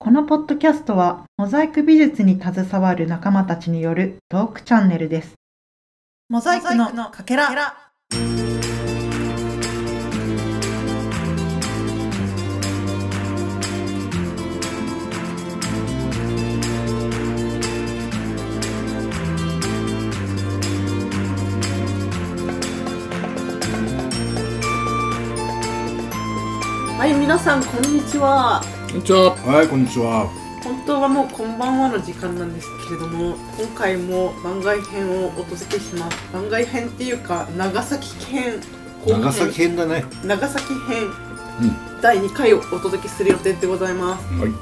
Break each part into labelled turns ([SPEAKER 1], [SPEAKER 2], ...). [SPEAKER 1] このポッドキャストは、モザイク美術に携わる仲間たちによるトークチャンネルです。モザイクのかけら。
[SPEAKER 2] はい、皆さん、こんにちは。
[SPEAKER 3] こんにちは。
[SPEAKER 4] はい、こんにちは。
[SPEAKER 2] 本当はもうこんばんはの時間なんですけれども、今回も番外編をお届けします。番外編っていうか、長崎県後編
[SPEAKER 4] 長崎編だね。
[SPEAKER 2] 長崎編、第2回をお届けする予定でございます。
[SPEAKER 4] はい。か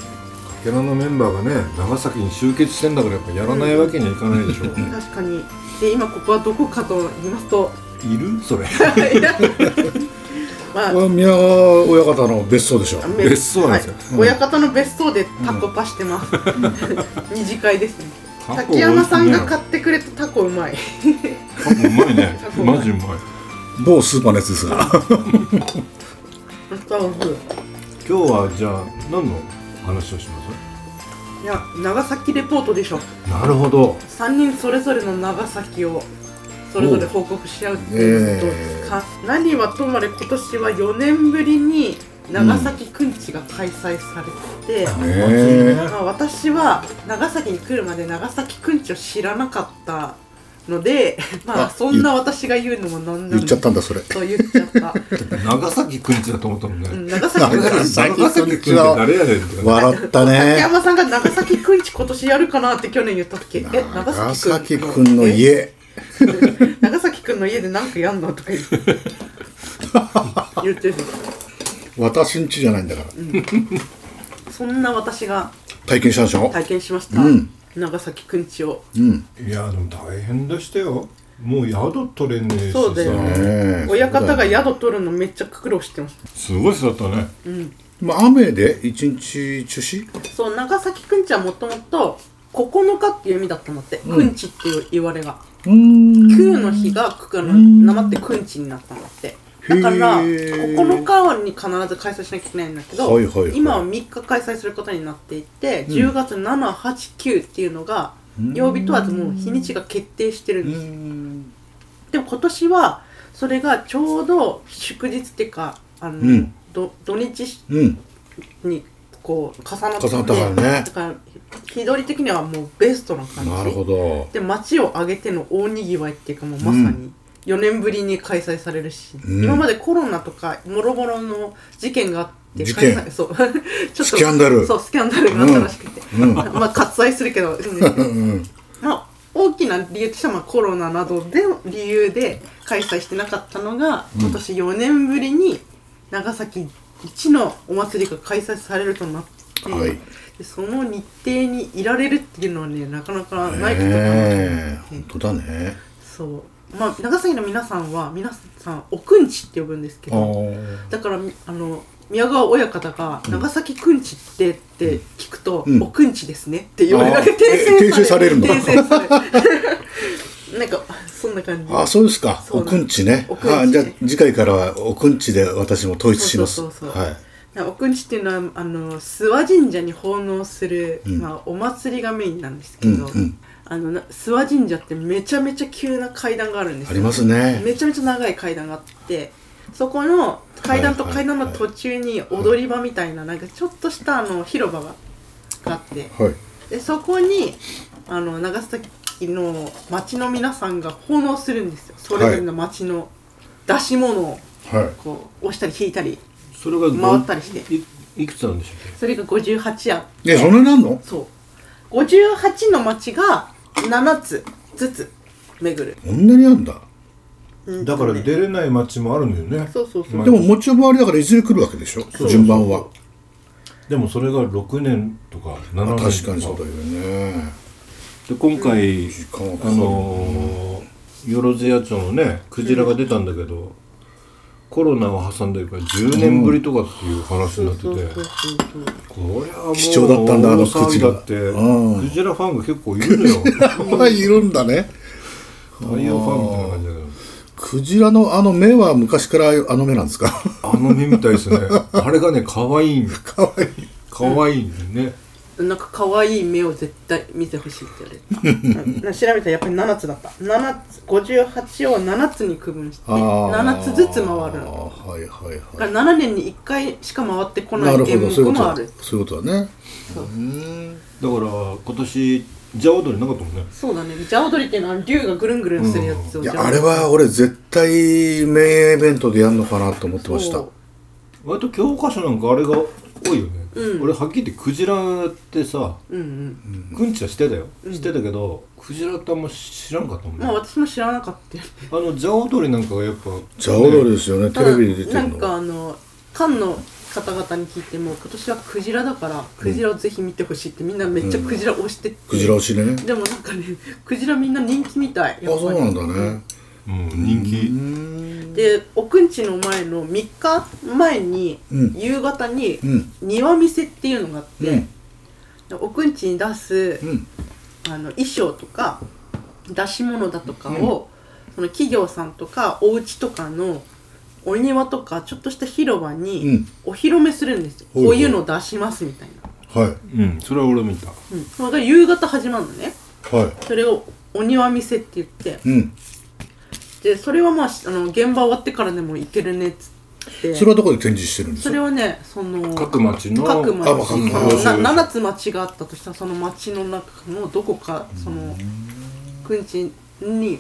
[SPEAKER 4] けらのメンバーがね、長崎に集結してんだから、やっぱやらないわけにはいかないでしょう。
[SPEAKER 2] 確かに。で、今ここはどこかと言いますと、
[SPEAKER 4] いる、そ れ。
[SPEAKER 2] まあ
[SPEAKER 3] これ、は宮川親方の別荘でしょ。
[SPEAKER 2] め
[SPEAKER 4] 別荘なんですよ
[SPEAKER 2] はい
[SPEAKER 4] うん
[SPEAKER 2] 親方の別荘でタコパしてます。 二次会ですね。
[SPEAKER 4] タコ
[SPEAKER 2] 滝山さんが
[SPEAKER 4] タ
[SPEAKER 2] 買ってくれたタコうまい。
[SPEAKER 4] コうまいね
[SPEAKER 2] タコ。うまい
[SPEAKER 4] マジうまい。
[SPEAKER 3] 某スーパーのやつですが。
[SPEAKER 2] 本当は美味しい
[SPEAKER 4] 今日は、じゃあ、何の話をしま
[SPEAKER 2] いや長崎レポートでしょ
[SPEAKER 4] す。なるほど。
[SPEAKER 2] 3人それぞれの長崎をそれぞれ報告し合うっていうことか、何はともあれ今年は4年ぶりに長崎くんちが開催されて、
[SPEAKER 3] え
[SPEAKER 2] まあ、私は長崎に来るまで長崎くんちを知らなかったので まあ
[SPEAKER 3] あ
[SPEAKER 2] そんな私が言うのもなんな
[SPEAKER 3] 言
[SPEAKER 2] ん
[SPEAKER 3] っちゃったんだそれ。
[SPEAKER 2] と言っちゃった、
[SPEAKER 4] 長崎くんちだと思ったもん
[SPEAKER 2] う
[SPEAKER 4] ね。
[SPEAKER 2] ん、長崎くん
[SPEAKER 3] 長
[SPEAKER 2] ち
[SPEAKER 3] 崎
[SPEAKER 4] 長崎くんちって誰やねんって。
[SPEAKER 3] 笑っ
[SPEAKER 2] 竹
[SPEAKER 3] たね。
[SPEAKER 2] 山さんが長崎くんち今年やるかなって去年言ったっけえ
[SPEAKER 3] 長
[SPEAKER 2] 長
[SPEAKER 3] 崎
[SPEAKER 2] 崎
[SPEAKER 3] く
[SPEAKER 2] く
[SPEAKER 3] ん
[SPEAKER 2] ん
[SPEAKER 3] の家。
[SPEAKER 2] 長崎くんの家で何かやんのとか言って言ってる
[SPEAKER 3] 私ん家じゃないんだから。
[SPEAKER 2] そんな私が
[SPEAKER 3] 体験したんでしょ。
[SPEAKER 2] 体験しました、
[SPEAKER 3] うん
[SPEAKER 2] 長崎くんちを
[SPEAKER 3] うん。
[SPEAKER 4] いや、でも大変でしたよ。もう宿取れねえしさ
[SPEAKER 2] そうだよね
[SPEAKER 3] ええ。
[SPEAKER 2] 親方が宿取るのめっちゃ苦労してまし
[SPEAKER 4] すごい人だったね。
[SPEAKER 3] まあ雨で一日中止。
[SPEAKER 2] たそう長崎くんちはもともと9日っていう意味だったんだって、くんちっていう言われが
[SPEAKER 3] うーん。
[SPEAKER 2] 9の日がくのなまってくんちになったんだってだから
[SPEAKER 3] へー
[SPEAKER 2] 9日に必ず開催しなきゃいけないんだけど、
[SPEAKER 3] はいはいはい
[SPEAKER 2] 今は3日開催することになっていて、10月789っていうのが曜日問わずもう日にちが決定してるんです、でも今年はそれがちょうど祝日っていうかあの、
[SPEAKER 3] ん
[SPEAKER 2] ど土日
[SPEAKER 3] うん。
[SPEAKER 2] にこう重なってて
[SPEAKER 3] 重なったからね
[SPEAKER 2] だから日取り的にはもうベストな感じ
[SPEAKER 3] なるほど。
[SPEAKER 2] で街を挙げての大にぎわいっていうかもうまさに4年ぶりに開催されるし、
[SPEAKER 3] うん
[SPEAKER 2] 今までコロナとかもろもろの事件があって
[SPEAKER 3] 事件
[SPEAKER 2] 開催そう ちょっと
[SPEAKER 3] スキャンダル
[SPEAKER 2] そうスキャンダルがあったらしくて、
[SPEAKER 3] う ん
[SPEAKER 2] まあ割愛するけど、うん
[SPEAKER 3] うん。
[SPEAKER 2] まあ大きな理由としてはまあコロナなどでの理由で開催してなかったのが、今年4年ぶりに長崎一のお祭りが開催されるとなって、
[SPEAKER 3] はい
[SPEAKER 2] でその日程にいられるっていうのはねなかなかないことだなと
[SPEAKER 3] ええ。本当だね。
[SPEAKER 2] そうまあ長崎の皆さんは皆さんおくんちって呼ぶんですけ
[SPEAKER 3] あ
[SPEAKER 2] ど
[SPEAKER 3] あ。
[SPEAKER 2] だからみあの宮川親方が「長崎くんちって」って聞くと「
[SPEAKER 3] うん
[SPEAKER 2] おくんちですね」って言われ
[SPEAKER 3] あー
[SPEAKER 2] て訂
[SPEAKER 3] え訂正されるの
[SPEAKER 2] 訂正される なんかそんな感じ
[SPEAKER 3] あそうですか。
[SPEAKER 2] そう
[SPEAKER 3] お
[SPEAKER 2] なんです
[SPEAKER 3] くんちね。
[SPEAKER 2] おくんち
[SPEAKER 3] あじゃあ次回からはおくんちで私も統一します。
[SPEAKER 2] そうそうそうそう
[SPEAKER 3] はい。
[SPEAKER 2] おくんちっていうのはあの諏訪神社に奉納する、
[SPEAKER 3] ん
[SPEAKER 2] まあ、お祭りがメインなんですけど、
[SPEAKER 3] うんうん
[SPEAKER 2] あのな諏訪神社ってめちゃめちゃ急な階段があるんですよ
[SPEAKER 3] ありますね。
[SPEAKER 2] めちゃめちゃ長い階段があってそこの階段と
[SPEAKER 3] はい
[SPEAKER 2] 階段の途中に踊り場みたいななんかちょっとしたあの広場があって
[SPEAKER 3] はい。
[SPEAKER 2] でそこにあの長崎の町の皆さんが奉納するんですよそれぞれの町の出し物を
[SPEAKER 3] はい。
[SPEAKER 2] こう押したり引いたり
[SPEAKER 4] それがご
[SPEAKER 2] 回ったりして
[SPEAKER 4] いいくつなんでしょう
[SPEAKER 2] それが58や
[SPEAKER 3] え、そんなになんの
[SPEAKER 2] そう58の町が7つずつ巡る
[SPEAKER 3] こんなにあんだ。
[SPEAKER 2] うん
[SPEAKER 4] だから出れない町もあるんだよね。
[SPEAKER 2] そうそうそう
[SPEAKER 4] まあ
[SPEAKER 3] でも持ち回りだからいずれ来るわけでしょ。
[SPEAKER 2] う
[SPEAKER 3] 順番は。
[SPEAKER 4] でもそれが6年とか7
[SPEAKER 3] まあ
[SPEAKER 4] 年とか
[SPEAKER 3] 確かにそうだよね。
[SPEAKER 4] で今回、
[SPEAKER 3] 間はかかる
[SPEAKER 4] あのー、よろずや町のねクジラが出たんだけど、コロナを挟んでるから10年ぶりとかっていう話になってて、
[SPEAKER 2] そうそうそうそう
[SPEAKER 4] これはもう
[SPEAKER 3] 貴重だったんだあのクジラ
[SPEAKER 4] 大騒ぎだって、
[SPEAKER 3] うん
[SPEAKER 4] クジラファンが結構いる のよ
[SPEAKER 3] はいるんだね。
[SPEAKER 4] 太陽ファンみたいな感じだけど
[SPEAKER 3] クジラのあの目は昔からあの目なんで すか。
[SPEAKER 4] あの目みたいですねあれがね可愛いんだ
[SPEAKER 3] 可愛い。
[SPEAKER 4] 可愛いんだよね、
[SPEAKER 2] なんか可愛い目を絶対見てほしいって言 われたうん調べたらやっぱり7つだった7つ58を7つに区分して7つずつ回るの
[SPEAKER 3] あーはいはい
[SPEAKER 2] だか
[SPEAKER 3] は
[SPEAKER 2] ら7年に1回しか回ってこ
[SPEAKER 3] い
[SPEAKER 2] な
[SPEAKER 3] ないる
[SPEAKER 2] 原
[SPEAKER 3] ほどそうい
[SPEAKER 2] 木
[SPEAKER 3] うこと
[SPEAKER 2] もあ
[SPEAKER 3] だ
[SPEAKER 2] る
[SPEAKER 3] そういうことだね
[SPEAKER 2] そう
[SPEAKER 3] うん
[SPEAKER 4] だから今年ジャオドリなかったもんね
[SPEAKER 2] そうだねじゃあ踊りっていうのは竜がぐるんぐるんするやつを
[SPEAKER 3] い
[SPEAKER 2] じゃ
[SPEAKER 3] やあれは俺絶対メインイベントでやるのかなと思ってました
[SPEAKER 2] そう
[SPEAKER 4] 割と教科書なんかあれが多いよね、
[SPEAKER 2] うん
[SPEAKER 4] 俺はっきり言ってクジラってさ
[SPEAKER 2] うんうん
[SPEAKER 4] くんちはしてたよ、してたけどクジラってあんま知らんかったもんね、
[SPEAKER 2] まあ私も知らなかったよ
[SPEAKER 4] あのジャオドリなんかがやっぱ
[SPEAKER 3] じゃあ踊り
[SPEAKER 4] ね
[SPEAKER 3] ですよねテレビに出て
[SPEAKER 2] な
[SPEAKER 3] る
[SPEAKER 2] ん
[SPEAKER 3] の
[SPEAKER 2] かあの菅の方々に聞いても今年はクジラだからクジラをぜひ見てほしいってみんなめっちゃクジラ推してって、
[SPEAKER 3] クジラ推しね
[SPEAKER 2] でもなんかねクジラみんな人気みたい
[SPEAKER 3] あそうなんだね
[SPEAKER 4] うん、人気、
[SPEAKER 2] で奥んちの前の3日前に、
[SPEAKER 3] うん
[SPEAKER 2] 夕方に、
[SPEAKER 3] うん
[SPEAKER 2] 庭見せっていうのがあっ
[SPEAKER 3] う
[SPEAKER 2] て
[SPEAKER 3] ん、
[SPEAKER 2] 奥んちに出す、
[SPEAKER 3] うん
[SPEAKER 2] あの衣装とか出し物だとかを、その企業さんとかお家とかのお庭とかちょっとした広場
[SPEAKER 3] う
[SPEAKER 2] に
[SPEAKER 3] ん
[SPEAKER 2] お披露目するんですよ、
[SPEAKER 3] ほい
[SPEAKER 2] こ
[SPEAKER 3] ほ
[SPEAKER 2] う
[SPEAKER 3] い
[SPEAKER 2] いうの出しますみたいな、
[SPEAKER 3] は
[SPEAKER 4] うん、それは俺見た
[SPEAKER 2] うん、それが夕方始まるのね
[SPEAKER 3] いは
[SPEAKER 2] それをお庭見せって言って
[SPEAKER 3] いうん
[SPEAKER 2] でそれはまああの現場終わってからでも行けるねっつって
[SPEAKER 3] それはどこで展示してるんです
[SPEAKER 2] そ
[SPEAKER 3] か
[SPEAKER 2] れはねその
[SPEAKER 4] 各町の
[SPEAKER 2] 各町
[SPEAKER 3] あまあ各
[SPEAKER 4] 町
[SPEAKER 2] そのな7つ町があったとしたらその町の中のどこかそのくんちに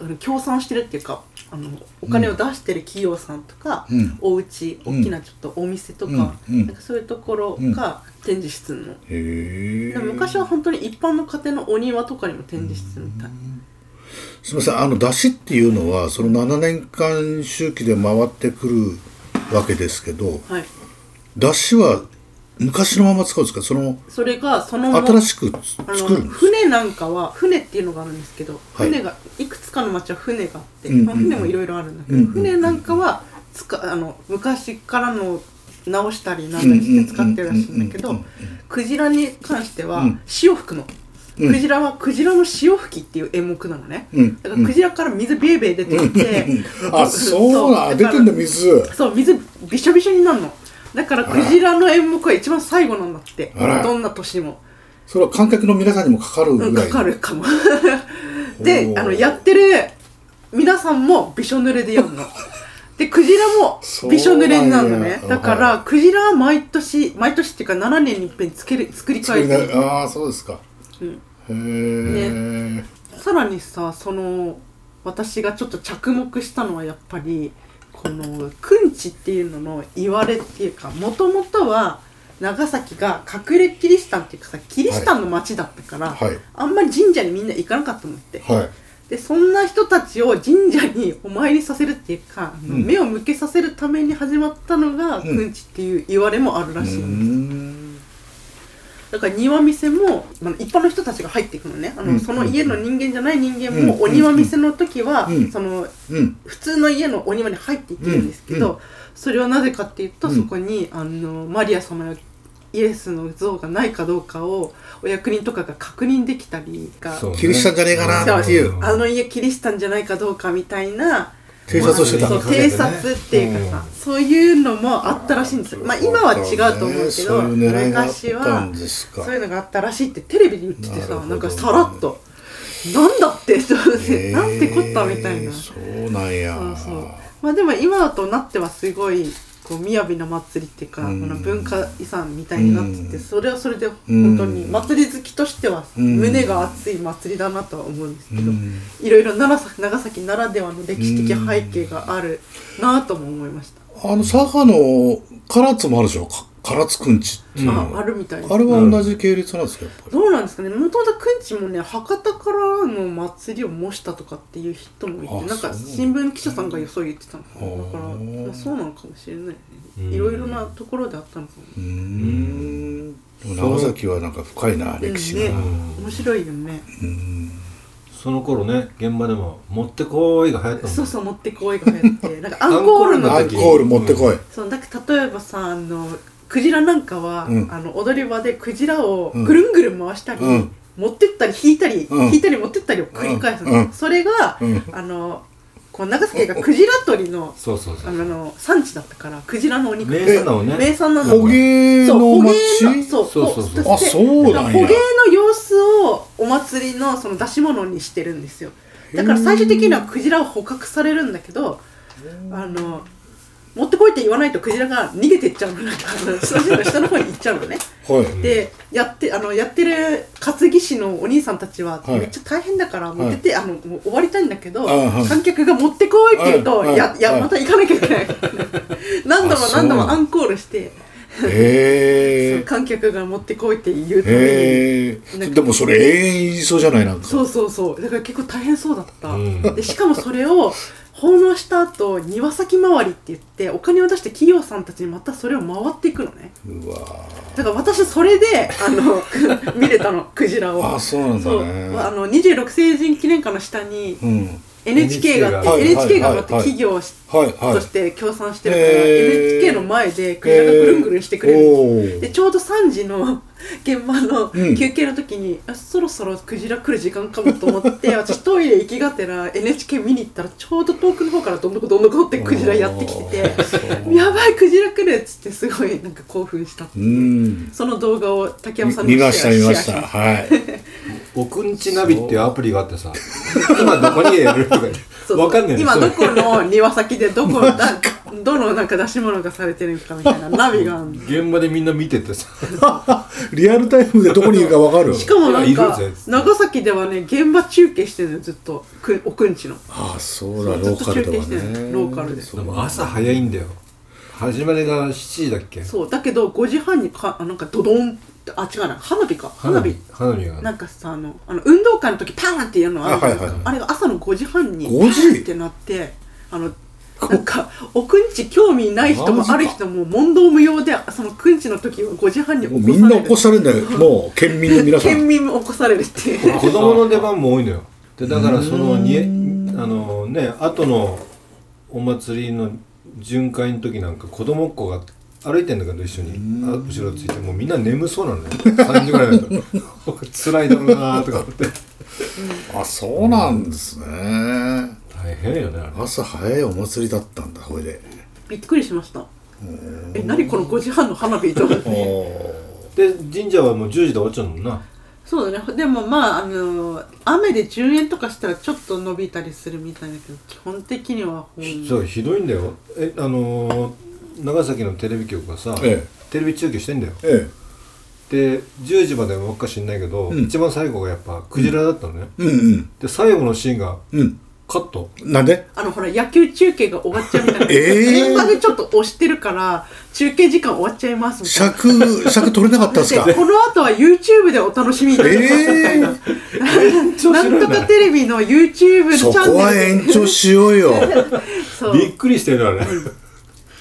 [SPEAKER 2] あの協賛してるっていうかあのお金を出してる企業さんとか、
[SPEAKER 3] うん
[SPEAKER 2] お家
[SPEAKER 3] ん
[SPEAKER 2] 大きなちょっとお店とか,、
[SPEAKER 3] うんうん
[SPEAKER 2] なんかそういうところが展示室の、
[SPEAKER 3] へえ
[SPEAKER 2] でも昔は本当に一般の家庭のお庭とかにも展示室みたい、
[SPEAKER 3] すみませんあの出汁っていうのはその7年間周期で回ってくるわけですけど
[SPEAKER 2] はい
[SPEAKER 3] 出汁は昔のまま使うんですかその
[SPEAKER 2] それがそのまま
[SPEAKER 3] 新しく
[SPEAKER 2] あ
[SPEAKER 3] 作
[SPEAKER 2] の
[SPEAKER 3] るんです
[SPEAKER 2] 船なんかは船っていうのがあるんですけど、
[SPEAKER 3] はい
[SPEAKER 2] 船がいくつかの町は船があって、
[SPEAKER 3] うんうんうん
[SPEAKER 2] まあ、船もいろいろあるんだけど、
[SPEAKER 3] うんうんうん
[SPEAKER 2] 船なんかはつかあの昔からの直したりなんだりして使ってるらしいんだけ
[SPEAKER 3] うんう
[SPEAKER 2] ど
[SPEAKER 3] んうん
[SPEAKER 2] クジラに関しては
[SPEAKER 3] うん
[SPEAKER 2] 潮吹くの、
[SPEAKER 3] うん
[SPEAKER 2] クジラはクジラの潮吹きっていう演目なのね、
[SPEAKER 3] うん
[SPEAKER 2] だからクジラから水ベーベー出てきて、
[SPEAKER 3] あそうなん出
[SPEAKER 2] だから
[SPEAKER 3] てんだ水
[SPEAKER 2] そう水びしょびしょになるのだからクジラの演目は一番最後なんだって
[SPEAKER 3] あら
[SPEAKER 2] どんな年も。
[SPEAKER 3] それは観客の皆さんにもかかる
[SPEAKER 2] うん
[SPEAKER 3] ぐら
[SPEAKER 2] か
[SPEAKER 3] い
[SPEAKER 2] かるかもで
[SPEAKER 3] おー
[SPEAKER 2] あのやってる皆さんもびしょ濡れでやるのでクジラもびしょ濡れになるのね
[SPEAKER 3] そうなんや
[SPEAKER 2] だから、クジラは毎年毎年っていうか7年に一遍つける作り
[SPEAKER 3] 作
[SPEAKER 2] 変え
[SPEAKER 3] り
[SPEAKER 2] てる
[SPEAKER 3] なああそうですか
[SPEAKER 2] うん
[SPEAKER 3] へえ
[SPEAKER 2] さらにさその私がちょっと着目したのはやっぱりこのくんちっていうのの言われっていうかもともとは長崎が隠れキリシタンっていうかさキリシタンの町だったから、
[SPEAKER 3] はい
[SPEAKER 2] あんまり神社にみんな行かなかったもんって、
[SPEAKER 3] はい
[SPEAKER 2] でそんな人たちを神社にお参りさせるっていうか、
[SPEAKER 3] ん
[SPEAKER 2] 目を向けさせるために始まったのが、く
[SPEAKER 3] ん
[SPEAKER 2] んちっていう言われもあるらしい、
[SPEAKER 3] うーん
[SPEAKER 2] だから庭見せも、まあ、一般の人たちが入っていくのねあの、
[SPEAKER 3] うん
[SPEAKER 2] その家の人間じゃない人間
[SPEAKER 3] う
[SPEAKER 2] も
[SPEAKER 3] ん
[SPEAKER 2] お庭見せの時は、
[SPEAKER 3] うん
[SPEAKER 2] その
[SPEAKER 3] うん
[SPEAKER 2] 普通の家のお庭に入っていってるんですけど、
[SPEAKER 3] うん
[SPEAKER 2] それはなぜかっていうと、
[SPEAKER 3] うん
[SPEAKER 2] そこにあのマリア様やイエスの像がないかどうかをお役人とかが確認できたりが
[SPEAKER 4] そうね
[SPEAKER 3] キリシタンじゃねえかなっていう
[SPEAKER 2] あの家キリシタンじゃないかどうかみたいな
[SPEAKER 3] 偵察をしてた
[SPEAKER 2] そう偵察っていうかさ、そういうのもあったらしいんですよまあ今は違うと思うけど
[SPEAKER 3] そういう狙いがあっ
[SPEAKER 2] 昔
[SPEAKER 3] た
[SPEAKER 2] は
[SPEAKER 3] んですか
[SPEAKER 2] そういうのがあったらしいってテレビで言ってて
[SPEAKER 3] な
[SPEAKER 2] さ
[SPEAKER 3] る
[SPEAKER 2] な,、
[SPEAKER 3] ほど
[SPEAKER 2] んかさらっと「なんだって」そう
[SPEAKER 3] へえ
[SPEAKER 2] なんてこったみたいな、そう
[SPEAKER 3] そうなんや
[SPEAKER 2] そうまあでも今だとなってはすごいこう雅な祭りっていうか、
[SPEAKER 3] うん
[SPEAKER 2] この文化遺産みたいになってて、
[SPEAKER 3] うん
[SPEAKER 2] それはそれで本当に
[SPEAKER 3] うん
[SPEAKER 2] 祭り好きとしては
[SPEAKER 3] うん
[SPEAKER 2] 胸が熱い祭りだなとは思うんですけ
[SPEAKER 3] う
[SPEAKER 2] ど。
[SPEAKER 3] ん
[SPEAKER 2] いろいろ長崎長崎ならではの歴史的背景があるなぁとも思いました。
[SPEAKER 3] あの佐賀の唐津もあるでしょか唐津くんちっていうの
[SPEAKER 2] ああるみたいです
[SPEAKER 3] あれは同じ系列なんですかやっぱり
[SPEAKER 2] どうなんですかねもともとくんちもね博多からの祭りを模したとかっていう人もい
[SPEAKER 3] あ
[SPEAKER 2] てなんか
[SPEAKER 3] そう
[SPEAKER 2] 新聞記者さんが予想言ってたのかなだから、
[SPEAKER 3] あー
[SPEAKER 2] まあ、そうなのかもしれないね
[SPEAKER 4] うん
[SPEAKER 2] いろいろなところであったのかも、
[SPEAKER 3] うーんでも長崎はなんか深いな歴史が、
[SPEAKER 2] ね面白いよね、
[SPEAKER 4] その頃ね現場でも「持ってこい」が流行ったもんね
[SPEAKER 2] そうそう持ってこいが流行ってなんかアンコールの
[SPEAKER 3] アン
[SPEAKER 2] 時
[SPEAKER 3] コール持ってこい、
[SPEAKER 2] そうだから例えばさあのクジラなんかは、
[SPEAKER 3] うん
[SPEAKER 2] あの踊り場でクジラを
[SPEAKER 3] うん
[SPEAKER 2] ぐるんぐるん回したり、
[SPEAKER 3] うん
[SPEAKER 2] 持ってったり引いたり、
[SPEAKER 3] うん
[SPEAKER 2] 引いたり持ってったりを繰り返すの、
[SPEAKER 3] うん
[SPEAKER 2] それが、
[SPEAKER 3] うん
[SPEAKER 2] あのこう長崎がクジラ取りの
[SPEAKER 4] そうそうそ
[SPEAKER 2] あ
[SPEAKER 4] う
[SPEAKER 2] の産地だったからクジラのお肉
[SPEAKER 4] 名産なのね
[SPEAKER 2] 名産なの
[SPEAKER 4] ほ
[SPEAKER 3] 捕鯨
[SPEAKER 2] そう捕
[SPEAKER 3] の町
[SPEAKER 2] 鯨のそう
[SPEAKER 4] そうそうそう
[SPEAKER 2] そして
[SPEAKER 3] あそうなんや
[SPEAKER 2] 捕鯨の様子をお祭りのその出し物にしてるんですよだから最終的にはクジラを捕獲されるんだけどあの持ってこいって言わないとクジラが逃げてっちゃうのなんかあのスタジオの下の方に行っちゃうのね
[SPEAKER 3] はい
[SPEAKER 2] でやってあのやってる担ぎ師のお兄さんたちは
[SPEAKER 3] はい
[SPEAKER 2] めっちゃ大変だから、もう出てあのもう終わりたいんだけど、
[SPEAKER 3] あはい
[SPEAKER 2] 観客が持ってこいって言うと、
[SPEAKER 3] はい
[SPEAKER 2] いや、
[SPEAKER 3] はい
[SPEAKER 2] い、や
[SPEAKER 3] はい
[SPEAKER 2] また行かなきゃいけ ない何度も何度もアンコールして、
[SPEAKER 3] へ
[SPEAKER 2] そう
[SPEAKER 3] え
[SPEAKER 2] 観客が持ってこいって言うために、
[SPEAKER 3] へえでもそれ永遠いそうじゃないなんか
[SPEAKER 2] そうそうそうだから結構大変そうだった、
[SPEAKER 4] うん
[SPEAKER 2] でしかもそれを奉納した後庭先回りって言ってお金を出して企業さんたちにまたそれを回っていくのね
[SPEAKER 3] うわ
[SPEAKER 2] だから私それであの 見れたのクジラを
[SPEAKER 3] あそうなん
[SPEAKER 2] そうあ
[SPEAKER 3] だね
[SPEAKER 2] の26成人記念館の下に
[SPEAKER 3] うん
[SPEAKER 2] NHK があって
[SPEAKER 3] はい
[SPEAKER 2] NHK があって
[SPEAKER 3] はいはい
[SPEAKER 2] 企業し
[SPEAKER 3] はいは
[SPEAKER 2] と
[SPEAKER 3] い
[SPEAKER 2] して協賛してるから
[SPEAKER 3] へー
[SPEAKER 2] NHK の前でクジラがぐるんぐるんしてくれ
[SPEAKER 3] えー
[SPEAKER 2] る
[SPEAKER 3] お
[SPEAKER 2] で
[SPEAKER 3] ー
[SPEAKER 2] ちょうど3時の現場の
[SPEAKER 3] うん
[SPEAKER 2] 休憩の時に、あそろそろクジラ来る時間かもと思って私トイレ行きがてら NHK 見に行ったらちょうど遠くの方からどんどこどんどこってクジラやってきてて「やばいクジラ来る!」っつってすごいなんか興奮したって
[SPEAKER 3] う
[SPEAKER 2] いうんその動画を竹山さんに
[SPEAKER 3] 見ました見まし
[SPEAKER 2] シェア
[SPEAKER 3] たはい
[SPEAKER 4] 僕んちナビっていうアプリがあってさ今どこにやるとか
[SPEAKER 2] そう
[SPEAKER 4] わかんない
[SPEAKER 2] 今どこの庭先でどこのだどのなんか出し物がされてるかみたいなナビがあんの
[SPEAKER 4] 現場でみんな見ててさ
[SPEAKER 3] リアルタイムでどこにいるかわかる
[SPEAKER 2] しかもなん
[SPEAKER 4] いやい
[SPEAKER 2] か
[SPEAKER 4] るぜ
[SPEAKER 2] 長崎ではね現場中継してるのよずっとく奥んちの
[SPEAKER 3] あそうだ
[SPEAKER 2] ず
[SPEAKER 3] ロ
[SPEAKER 2] っ
[SPEAKER 3] ー
[SPEAKER 2] と
[SPEAKER 3] カル
[SPEAKER 2] 中継
[SPEAKER 3] では
[SPEAKER 2] してるの
[SPEAKER 3] ね
[SPEAKER 2] ローカルで
[SPEAKER 3] そ
[SPEAKER 4] で
[SPEAKER 3] う
[SPEAKER 4] も朝早いんだよ始まりが7時だっけ
[SPEAKER 2] そうだけど5時半にかあなんかドドンってあ違うな花火か花火
[SPEAKER 4] 花火が
[SPEAKER 2] なんかさあのあの運動会の時パーンってやるのあるじゃないです
[SPEAKER 3] あはいはいはい
[SPEAKER 2] かあれが朝の5時半に
[SPEAKER 3] 5時
[SPEAKER 2] パーンってなってあのなんか奥んち興味ない人
[SPEAKER 3] マ
[SPEAKER 2] も
[SPEAKER 3] ジか
[SPEAKER 2] ある人も問答無用でそのくんちの時は5時半に起
[SPEAKER 3] もう
[SPEAKER 2] こされ
[SPEAKER 3] み
[SPEAKER 2] る
[SPEAKER 3] んな起こされるんだよもう県民の皆さん
[SPEAKER 2] 県民も起こされるっていう
[SPEAKER 4] 子供の出番も多いのよでだからそのにあのね後のお祭りの巡回の時なんか子供っ子が歩いてんだけど一緒にあ後ろついてもうみんな眠そうなのよ3時ぐらいだと 辛いだろうなとか思って
[SPEAKER 3] あそうなんですね
[SPEAKER 4] 大変よねあれ
[SPEAKER 3] 朝早いお祭りだったんだほいで
[SPEAKER 2] びっくりしましたえ何この5時半の花火と思っ
[SPEAKER 3] お
[SPEAKER 2] て
[SPEAKER 3] ー
[SPEAKER 4] で神社はもう10時で終わっちゃうもんな
[SPEAKER 2] そうだねでもまああのー雨で10円とかしたらちょっと伸びたりするみたいだけど基本的にはほん
[SPEAKER 4] ひそうひどいんだよえあのー長崎のテレビ局がさ、
[SPEAKER 3] ええ
[SPEAKER 4] テレビ中継してんだよ
[SPEAKER 3] え
[SPEAKER 4] で10時まではばっか知んないけど、
[SPEAKER 3] ん
[SPEAKER 4] 一番最後がやっぱクジラだったのね、
[SPEAKER 3] えうん
[SPEAKER 4] で最後のシーンが
[SPEAKER 3] うん
[SPEAKER 4] カット
[SPEAKER 3] うんなんで
[SPEAKER 2] あのほら野球中継が終わっちゃうみたいな
[SPEAKER 3] えー
[SPEAKER 2] 現場でちょっと押してるから中継時間終わっちゃいますみたいな
[SPEAKER 3] 尺尺取れなかったんです か
[SPEAKER 2] でこの後は YouTube でお楽しみいただけますみたいな、なんとかテレビの YouTube のチ
[SPEAKER 3] そこ
[SPEAKER 2] ャン
[SPEAKER 3] は
[SPEAKER 2] ネル
[SPEAKER 3] 延
[SPEAKER 2] で
[SPEAKER 3] 長しよ うよ
[SPEAKER 2] そう
[SPEAKER 4] びっくりしてるあれ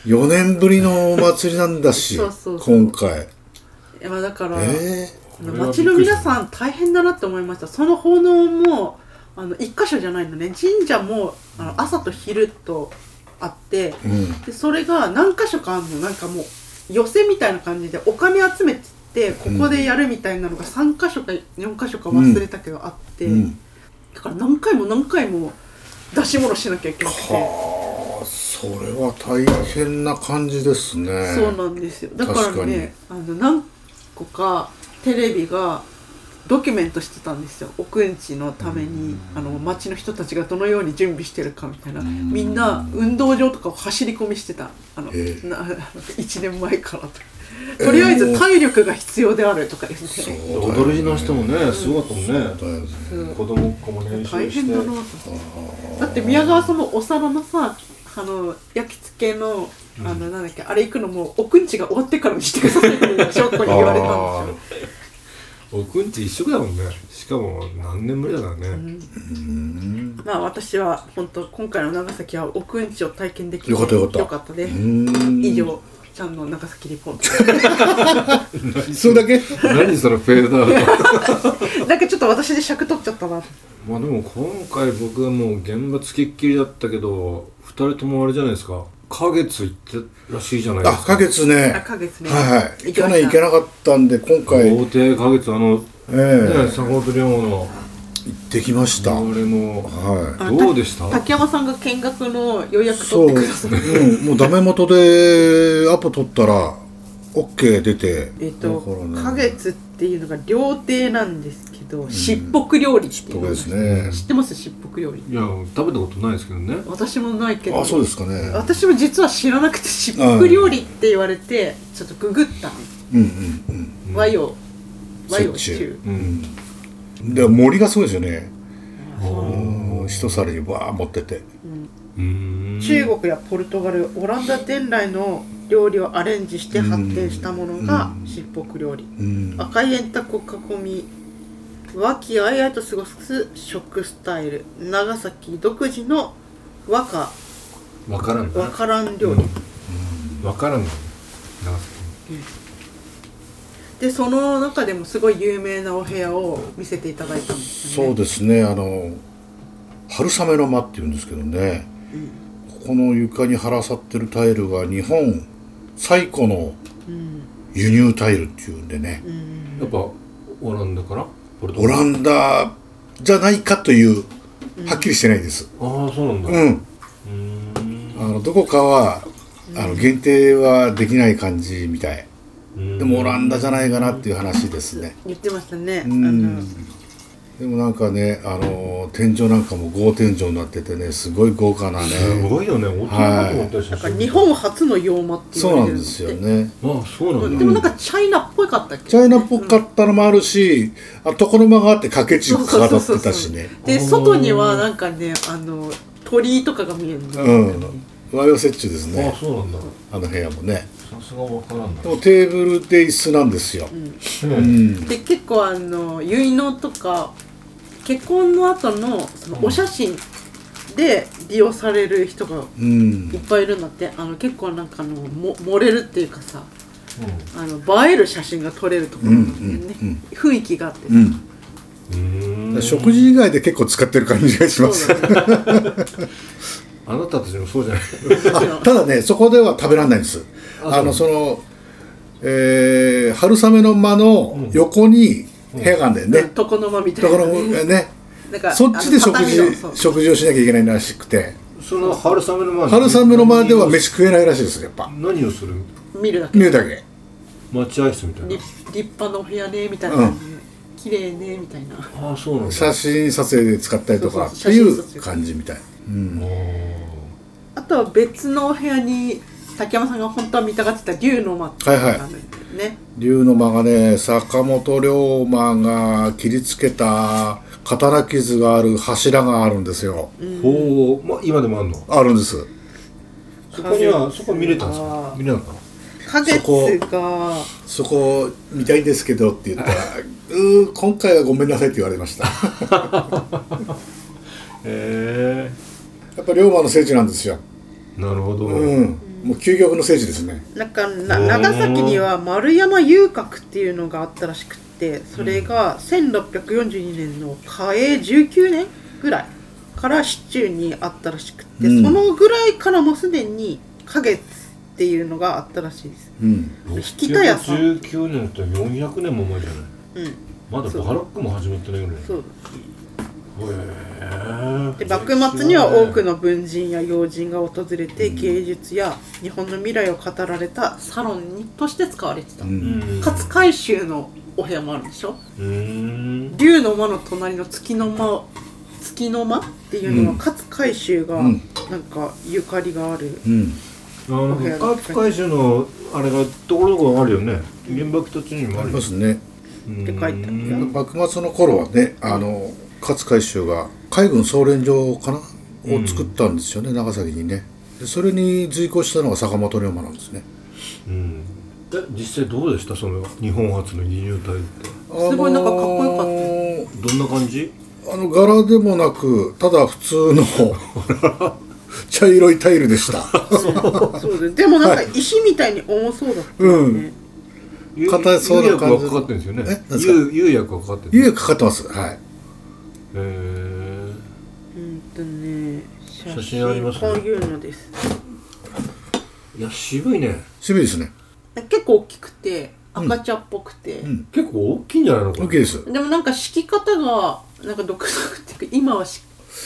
[SPEAKER 3] 4年ぶりのお祭りなんだし
[SPEAKER 2] そうそうそう
[SPEAKER 3] 今回
[SPEAKER 2] いやまあだから、
[SPEAKER 3] え
[SPEAKER 2] あの町の皆さん大変だなって思いましたその奉納もあの一箇所じゃないのね神社もあの朝と昼とあって
[SPEAKER 3] えうん
[SPEAKER 2] でそれが何箇所かあるのなんかもう寄せみたいな感じでお金集めてってここでやるみたいなのが3箇所か4箇所か忘れたけどあって、
[SPEAKER 3] うん
[SPEAKER 2] だから何回も何回も出し物しなきゃいけなくて
[SPEAKER 3] あそれは大変な感じですね
[SPEAKER 2] そうなんですよだか
[SPEAKER 3] 確からに
[SPEAKER 2] ねあの何個かテレビがドキュメントしてたんですよ奥んちのためにあの町の人たちがどのように準備してるかみたいなみんな運動場とかを走り込みしてたあの、
[SPEAKER 3] ええ
[SPEAKER 2] な1年前からとかとりあえず体力が必要であるとか言って、
[SPEAKER 3] そうだよ
[SPEAKER 4] 踊りの人もねすごかったもん
[SPEAKER 3] だ
[SPEAKER 4] ね
[SPEAKER 3] よね
[SPEAKER 4] 子供っ子も練
[SPEAKER 2] 大
[SPEAKER 4] 習し
[SPEAKER 2] 変だな
[SPEAKER 4] て
[SPEAKER 2] と思ってだって宮川さんもお皿のさあの焼き付けのあのなんだっけ、あれ行くのも奥んちが終わってからにしてくださいって翔子に言われたんですよ
[SPEAKER 4] 僕んち一色だもんねしかも何年ぶりだからね、
[SPEAKER 2] まあ私は本当今回の長崎は奥んちを体験できて
[SPEAKER 3] よかったよかった
[SPEAKER 2] よかったで
[SPEAKER 3] うーん
[SPEAKER 2] 以上ちゃんの長崎リポー
[SPEAKER 3] それだけ
[SPEAKER 4] 何そのフェードアウト
[SPEAKER 2] トなんかちょっと私で尺取っちゃったな
[SPEAKER 4] まあでも今回僕はもう現場つきっきりだったけど2人ともあれじゃないですか花月行ってらしいじゃないで
[SPEAKER 3] あ
[SPEAKER 4] すか
[SPEAKER 3] 花月ね
[SPEAKER 2] あ花月ね
[SPEAKER 3] はいは
[SPEAKER 2] 行
[SPEAKER 3] い
[SPEAKER 2] きま
[SPEAKER 3] 去
[SPEAKER 2] した
[SPEAKER 3] 年行けなかったんで今回
[SPEAKER 4] 豪邸花月あの
[SPEAKER 3] え
[SPEAKER 4] ね、坂本龍馬の
[SPEAKER 3] 行ってきました。は
[SPEAKER 4] 我々も
[SPEAKER 3] い。
[SPEAKER 2] あ
[SPEAKER 4] どうでした
[SPEAKER 2] 竹山さんが見学の予約
[SPEAKER 3] そ
[SPEAKER 2] 取っ
[SPEAKER 3] う、
[SPEAKER 2] てください
[SPEAKER 3] うん、もうダメ元でアポ取ったら、OK 出て。
[SPEAKER 2] えっと
[SPEAKER 3] だからね
[SPEAKER 2] 花月っていうのが料亭なんですけどしっぽく料理ってい
[SPEAKER 3] と
[SPEAKER 2] う
[SPEAKER 3] こ
[SPEAKER 2] の
[SPEAKER 3] ですね。
[SPEAKER 2] 知ってますしっぽく料理
[SPEAKER 4] いや食べたことないですけどね
[SPEAKER 2] 私もないけど
[SPEAKER 3] あ、そうですかね。
[SPEAKER 2] 私も実は知らなくてしっぽく料理って言われてちょっとググったの
[SPEAKER 3] うんうん
[SPEAKER 2] 和洋和洋
[SPEAKER 3] 折衷
[SPEAKER 2] 中
[SPEAKER 4] うん
[SPEAKER 3] うん。で、森がすごいですよね。
[SPEAKER 4] お
[SPEAKER 3] うん一皿にわー持ってて。
[SPEAKER 4] うん
[SPEAKER 2] 中国やポルトガルオランダ伝来の料理をアレンジして発展したものが
[SPEAKER 3] うん
[SPEAKER 2] しっぽく料理
[SPEAKER 3] うん。
[SPEAKER 2] 赤い円卓を囲み和気あいあいと過ごす食スタイル長崎独自の和歌
[SPEAKER 4] わからん
[SPEAKER 2] 和
[SPEAKER 4] わ
[SPEAKER 2] 歌蘭料理
[SPEAKER 4] からんの
[SPEAKER 2] でその中でもすごい有名なお部屋を見せていただいたんですよ
[SPEAKER 3] そう
[SPEAKER 2] ね
[SPEAKER 3] ですね、あの春雨の間っていうんですけどね、ここの床に張らさってるタイルが日本最古の
[SPEAKER 2] うん
[SPEAKER 3] 輸入タイルっていうんでね、
[SPEAKER 2] うん
[SPEAKER 4] やっぱオランダからポルト
[SPEAKER 3] オランダじゃないかという、はっきりしてないです。
[SPEAKER 4] ああそうなんだ
[SPEAKER 3] うん、
[SPEAKER 4] うん
[SPEAKER 3] あのどこかはあの限定はできない感じみたい。
[SPEAKER 4] うん
[SPEAKER 3] でもオランダじゃないかなっていう話ですね。
[SPEAKER 2] 言ってましたねあ
[SPEAKER 3] うん
[SPEAKER 2] の
[SPEAKER 3] でもなんかね、あの天井なんかも豪天井になっててね、すごい豪華なね。
[SPEAKER 4] すごいよね大人だと思ったりし
[SPEAKER 2] な
[SPEAKER 4] ま
[SPEAKER 2] ん
[SPEAKER 4] す
[SPEAKER 2] か日本初の洋間って言
[SPEAKER 3] そう
[SPEAKER 2] わ
[SPEAKER 3] な
[SPEAKER 2] れて
[SPEAKER 3] ん
[SPEAKER 2] るん
[SPEAKER 3] で
[SPEAKER 2] です
[SPEAKER 3] す
[SPEAKER 2] っ
[SPEAKER 3] よ
[SPEAKER 2] て
[SPEAKER 3] ね。
[SPEAKER 4] ああそうなんだ
[SPEAKER 2] でもなんかチャイナっぽかったっけ
[SPEAKER 3] チャイナっぽかったのもあるし、あ床の間があって掛け軸
[SPEAKER 2] そうそ
[SPEAKER 3] 飾
[SPEAKER 2] う
[SPEAKER 3] っ
[SPEAKER 2] そう
[SPEAKER 3] て
[SPEAKER 2] そう
[SPEAKER 3] たしね。
[SPEAKER 2] で外にはなんかねあの鳥居とかが見えるの
[SPEAKER 3] うん。和洋折衷です
[SPEAKER 4] ああ
[SPEAKER 3] ね。
[SPEAKER 4] そうなんだ
[SPEAKER 3] あの部屋もね。
[SPEAKER 4] さすがわからんな
[SPEAKER 3] でもテーブルで椅子なんですよ。
[SPEAKER 4] う
[SPEAKER 3] うんん。
[SPEAKER 2] で結構あの結納とか結婚の後のそのお写真で利用される人が
[SPEAKER 3] うん
[SPEAKER 2] いっ。ぱいいるんだってあの結構なんかあのも盛れるっていうかさあの映える写真が撮れるところなんだよね、
[SPEAKER 3] うんうん
[SPEAKER 2] 雰囲気があって、
[SPEAKER 3] うん。
[SPEAKER 4] うん
[SPEAKER 3] 食事以外で結構使ってる感じがしま
[SPEAKER 2] そ
[SPEAKER 3] す
[SPEAKER 2] う。だね
[SPEAKER 4] あなたたちもそうじゃない
[SPEAKER 3] あただね、そこでは食べられないんです。
[SPEAKER 4] あ
[SPEAKER 3] あの、その、えー春雨の間の横に部屋があるんだよね。
[SPEAKER 2] 床の間みた
[SPEAKER 3] だ
[SPEAKER 2] い
[SPEAKER 3] から
[SPEAKER 2] なね、
[SPEAKER 3] もうね、
[SPEAKER 2] なんか
[SPEAKER 3] そっちで食
[SPEAKER 2] あの畳のそう
[SPEAKER 3] 事、食事をしなきゃいけないらしくて、
[SPEAKER 4] その春雨の前
[SPEAKER 3] 春雨の間では飯食えないらしいです、やっぱ。
[SPEAKER 4] 何をする
[SPEAKER 2] 見るだけ
[SPEAKER 3] 見るだけ。
[SPEAKER 4] 待合室みたいな
[SPEAKER 2] 立立派なお部屋ねみたいな感じで、綺麗ねみたいな
[SPEAKER 4] ああそうなんだ
[SPEAKER 3] 写真撮影で使ったりとかって
[SPEAKER 2] そうそう
[SPEAKER 3] い
[SPEAKER 2] 写真撮影
[SPEAKER 3] う感じみたい、うん、
[SPEAKER 2] あとは別のお部屋に竹山さんが本当は見たがってた竜の間っていうのがあるんだよね、
[SPEAKER 3] 竜の間がね坂本龍馬が切りつけた刀傷がある柱があるんですよ
[SPEAKER 4] ほうまあ今でもあんの
[SPEAKER 3] あるんです
[SPEAKER 4] そこにはそこ見れたんですか
[SPEAKER 2] あー
[SPEAKER 4] 見れなかっ
[SPEAKER 2] 花月が
[SPEAKER 3] そこ見たいですけどって言ったら「うー今回はごめんなさい」って言われました
[SPEAKER 4] たへ
[SPEAKER 3] やっぱ龍馬の聖地なんですよ
[SPEAKER 4] えなるほど
[SPEAKER 3] うんもう究極の聖地ですね
[SPEAKER 2] なんかな長崎には丸山遊郭っていうのがあったらしくってそれが1642年の嘉永19年ぐらいから市中にあったらしくって、
[SPEAKER 3] うん
[SPEAKER 2] そのぐらいからもうすでに花月っていうのがあったらしいです、
[SPEAKER 3] うん
[SPEAKER 2] 引き田屋さん
[SPEAKER 4] 19年って400年も前じゃない
[SPEAKER 2] うん、
[SPEAKER 4] まだバラックも始まってないよね
[SPEAKER 2] そうで
[SPEAKER 4] へえ
[SPEAKER 2] 幕末には多くの文人や要人が訪れて芸術や日本の未来を語られたサロンにとして使われてた、
[SPEAKER 3] うん
[SPEAKER 4] うん
[SPEAKER 2] 勝海舟のお部屋もあるんでしょ
[SPEAKER 4] うーん
[SPEAKER 2] 竜の間の隣の月の間月の間っていうのは勝海舟が
[SPEAKER 3] うん
[SPEAKER 2] なんかゆかりがある、
[SPEAKER 3] うん
[SPEAKER 4] あの
[SPEAKER 2] 部屋
[SPEAKER 4] 復活回収のあれがところどころあるよね原爆途中にもあ
[SPEAKER 3] あり
[SPEAKER 4] る
[SPEAKER 3] ま
[SPEAKER 4] よ
[SPEAKER 3] すね
[SPEAKER 4] って
[SPEAKER 2] 書いてある
[SPEAKER 3] 幕末の頃はねあの勝海舟が海軍総連場かなを作ったんですよね、長崎にねでそれに随行したのが坂本龍馬なんですね
[SPEAKER 4] うんえ実際どうでしたその日本初の輸入体って
[SPEAKER 3] す
[SPEAKER 2] ごいなんかかっこよかった
[SPEAKER 3] っ
[SPEAKER 4] どんな感じ
[SPEAKER 3] たあの柄でもなくただ普通の 茶色いタイルでした
[SPEAKER 2] そうですでもなんか石みたいに重そうだったよね、
[SPEAKER 4] ゆ
[SPEAKER 3] 硬そうな感じ
[SPEAKER 4] 釉薬がかかってるんですよね
[SPEAKER 3] えなんですか
[SPEAKER 4] 釉釉薬がかかってる
[SPEAKER 3] 湯がかかってますはい
[SPEAKER 4] へえ
[SPEAKER 2] うんとね
[SPEAKER 4] 写真ありますね
[SPEAKER 2] こういうのです
[SPEAKER 4] いや渋いね
[SPEAKER 3] 渋いですね
[SPEAKER 2] 結構大きくて赤茶っぽくて、
[SPEAKER 3] うん
[SPEAKER 4] 結構大きいんじゃないのこれ
[SPEAKER 3] 大きいです
[SPEAKER 2] でもなんか敷き方がなんか独特っていうか今はし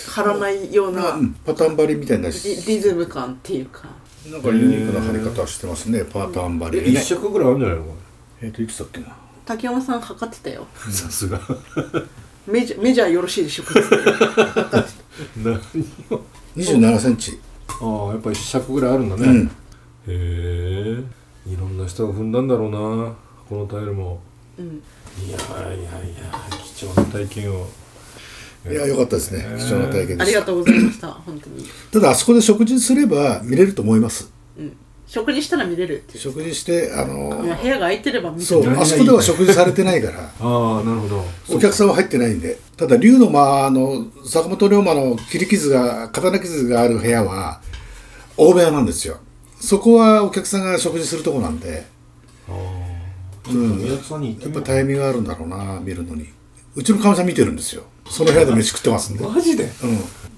[SPEAKER 2] 張らないような
[SPEAKER 3] うんパターン張りみたいな
[SPEAKER 2] リリズム感っていうか
[SPEAKER 3] なんかユニークな張り方してますねパターン張
[SPEAKER 4] え
[SPEAKER 3] り
[SPEAKER 4] 一
[SPEAKER 3] ね
[SPEAKER 4] 色ぐらいあるんじゃないのこ
[SPEAKER 3] えっといつだっけな
[SPEAKER 2] 竹山さん測ってたよ
[SPEAKER 4] れさすが
[SPEAKER 2] メジャーメジャーよろしいでしょうか
[SPEAKER 4] 何を
[SPEAKER 3] 27センチ
[SPEAKER 4] ああやっぱ一尺ぐらいあるんだね、
[SPEAKER 3] うん
[SPEAKER 4] へえいろんな人が踏んだんだろうなこのタイルも
[SPEAKER 2] うん
[SPEAKER 4] いやいやいや貴重な体験を
[SPEAKER 3] いや良かったですね貴重な体験
[SPEAKER 2] あ
[SPEAKER 3] で
[SPEAKER 2] り
[SPEAKER 3] し
[SPEAKER 2] が
[SPEAKER 3] た
[SPEAKER 2] とうございました本当に、
[SPEAKER 3] ただあそこで食事すれば見れると思います
[SPEAKER 2] うん、食事したら見れるっていう
[SPEAKER 3] 食事してあの
[SPEAKER 2] いや部屋が空いてれば見れ
[SPEAKER 3] そ
[SPEAKER 2] る
[SPEAKER 3] うあそこでは食事されてないから
[SPEAKER 4] ああなるほど
[SPEAKER 3] お客さんは入ってないんでただ龍の間の坂本龍馬の切り傷が刀傷がある部屋は大部屋なんですよそこはお客さんが食事するとこなんで
[SPEAKER 4] ああ
[SPEAKER 3] うん
[SPEAKER 4] お客さんに行って
[SPEAKER 3] やっ
[SPEAKER 4] み
[SPEAKER 3] ぱ
[SPEAKER 4] よう
[SPEAKER 3] タイミングがあるんだろうな見るのにうちのかみさん見てるんですよその部屋で飯食ってますんでうん
[SPEAKER 4] マジで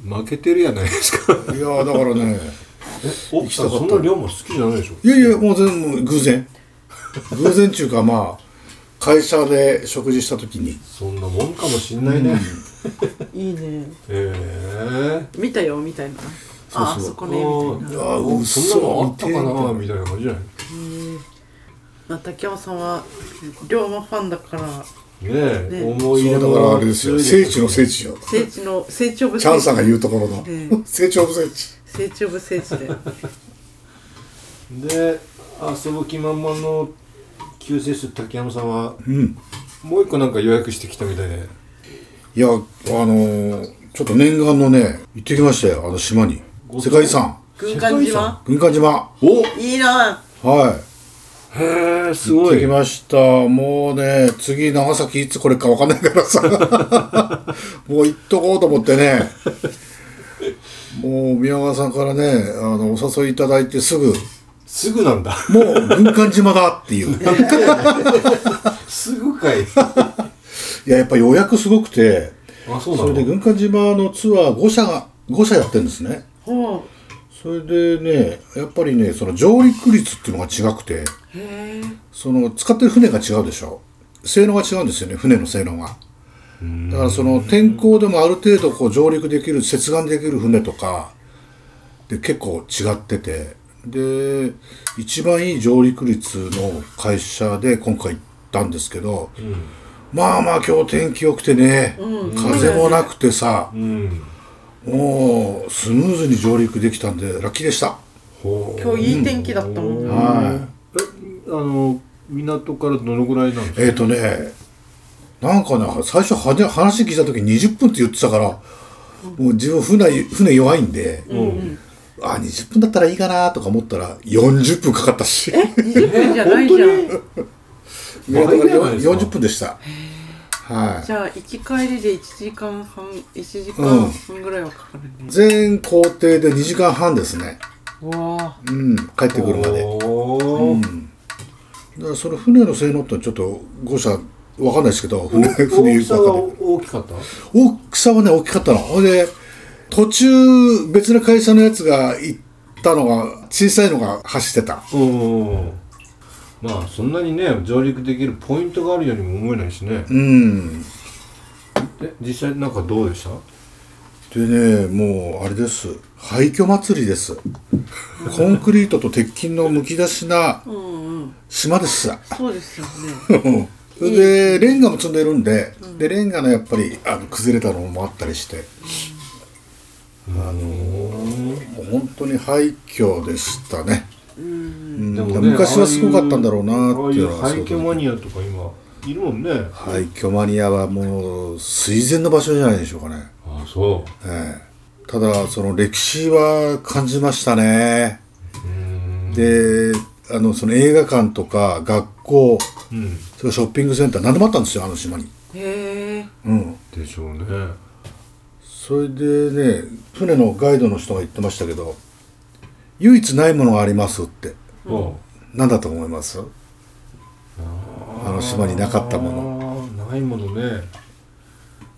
[SPEAKER 4] 負けてるやないですか
[SPEAKER 3] いやーだからね
[SPEAKER 4] 奥さんそんな量も好きじゃないでしょ
[SPEAKER 3] いやいやもう全部偶然偶然っていうかまあ会社で食事した時に
[SPEAKER 4] そんなもんかもしんないね、
[SPEAKER 2] いいね
[SPEAKER 4] ええ
[SPEAKER 2] 見たよみたいなああそこねみたいな
[SPEAKER 3] あ
[SPEAKER 4] おそんなのあったかな
[SPEAKER 3] 見
[SPEAKER 4] みたいな感じじゃない
[SPEAKER 2] まあ竹山さんは龍馬ファンだから
[SPEAKER 4] ねえ
[SPEAKER 2] ね
[SPEAKER 4] 思い入
[SPEAKER 3] そ
[SPEAKER 4] れ
[SPEAKER 3] うだからあれですよ聖地の聖地よ
[SPEAKER 2] 聖地の成長部
[SPEAKER 3] チャンさんが言う
[SPEAKER 2] と
[SPEAKER 3] ところの
[SPEAKER 2] え
[SPEAKER 3] 成長不聖地
[SPEAKER 2] 成長部聖地で
[SPEAKER 4] で遊ぶ気満々の救世主竹山さんは
[SPEAKER 3] うん
[SPEAKER 4] もう一個なんか予約してきたみたいで
[SPEAKER 3] いやあのーちょっと念願のね行ってきましたよあの島に
[SPEAKER 4] ご
[SPEAKER 3] 世界遺産
[SPEAKER 2] 軍艦
[SPEAKER 4] 世界遺産
[SPEAKER 2] 島
[SPEAKER 3] 軍艦島
[SPEAKER 4] お
[SPEAKER 2] いいな
[SPEAKER 3] はい
[SPEAKER 4] へえす
[SPEAKER 3] 行っ
[SPEAKER 4] ご
[SPEAKER 3] てき
[SPEAKER 4] い
[SPEAKER 3] ましたもうね次長崎いつこれか分かんないからさ もう行っとこうと思ってねもう宮川さんからねあのお誘いいただいてすぐ
[SPEAKER 4] すぐなんだ
[SPEAKER 3] もう軍艦島だって いう
[SPEAKER 4] すぐかい
[SPEAKER 3] いややっぱ予約すごくて
[SPEAKER 4] あそうな
[SPEAKER 3] それ
[SPEAKER 4] の
[SPEAKER 3] で軍艦島のツアー5社が5社やってるんですね
[SPEAKER 2] ほ
[SPEAKER 3] それでねやっぱりねその上陸率っていうのが違くて
[SPEAKER 2] うへえ
[SPEAKER 3] その使ってる船が違うでしょ性能が違うんですよね船の性能がだからその天候でもある程度こう上陸できる接岸できる船とかで結構違っててで一番いい上陸率の会社で今回行ったんですけど、まあまあ今日天気良くてね、風もなくてさ、
[SPEAKER 4] うん
[SPEAKER 3] もうスムーズに上陸できたんでラッキーでした
[SPEAKER 4] ほう
[SPEAKER 2] 今日いい天気だったもんね
[SPEAKER 3] は
[SPEAKER 4] えあの港からどのぐらいなんですか
[SPEAKER 3] えっ、ー、とね、なんかね、最初はね話聞いた時20分って言ってたから、もう自分船、船弱いんで、
[SPEAKER 4] うん
[SPEAKER 3] あ、20分だったらいいかなとか思ったら、40分かかったし、
[SPEAKER 2] 20分じゃないじゃん
[SPEAKER 3] 上
[SPEAKER 4] 倍じゃないですか
[SPEAKER 3] 40分でした。は
[SPEAKER 2] じゃあ行き帰りで1時間半1時
[SPEAKER 3] う
[SPEAKER 2] 間
[SPEAKER 3] ん
[SPEAKER 2] 半ぐらいはかかるね
[SPEAKER 3] い。、全行程で2時間半ですね。
[SPEAKER 2] うわ
[SPEAKER 3] うん、帰ってくるまで。だ
[SPEAKER 4] お ー
[SPEAKER 3] からその船の性能ってちょっと誤社、わかんないですけど、船、
[SPEAKER 4] 大
[SPEAKER 3] 船よ
[SPEAKER 4] き
[SPEAKER 3] く
[SPEAKER 4] さ
[SPEAKER 3] わか
[SPEAKER 4] が
[SPEAKER 3] んない。
[SPEAKER 4] 大きかった
[SPEAKER 3] 大きさはね大きかったのほいで途中別の会社のやつが行ったのが小さいのが走ってた
[SPEAKER 4] うんまあそんなにね上陸できるポイントがあるようにも思えないしね
[SPEAKER 3] うん
[SPEAKER 4] え実際なんかどうでした
[SPEAKER 3] でねもうあれです廃墟祭りですコンクリートと鉄筋のむき出しな
[SPEAKER 2] ーうんうん
[SPEAKER 3] 島 です
[SPEAKER 2] そうですよね
[SPEAKER 3] それでレンガも積んでるんででレンガのやっぱりあの崩れたのもあったりして
[SPEAKER 4] あの
[SPEAKER 3] もう本当に廃墟でしたねうん
[SPEAKER 4] でもね
[SPEAKER 3] 昔はすごかったんだろうなっていうの
[SPEAKER 4] あ
[SPEAKER 3] は
[SPEAKER 4] あいう廃墟マニアとか今いるもんね
[SPEAKER 3] 廃墟マニアはもう垂涎の場所じゃないでしょうかね、
[SPEAKER 4] ああそ
[SPEAKER 3] ええただその歴史は感じましたね
[SPEAKER 4] ううん
[SPEAKER 3] であのその映画館とか学校
[SPEAKER 4] うん
[SPEAKER 3] それからショッピングセンター何でもあったんですよあの島に
[SPEAKER 2] へえ
[SPEAKER 3] うん
[SPEAKER 4] でしょうね
[SPEAKER 3] それでね船のガイドの人が言ってましたけど唯一ないものがありますって
[SPEAKER 4] お
[SPEAKER 3] 何だと思いますあの島になかったもの
[SPEAKER 4] のないものね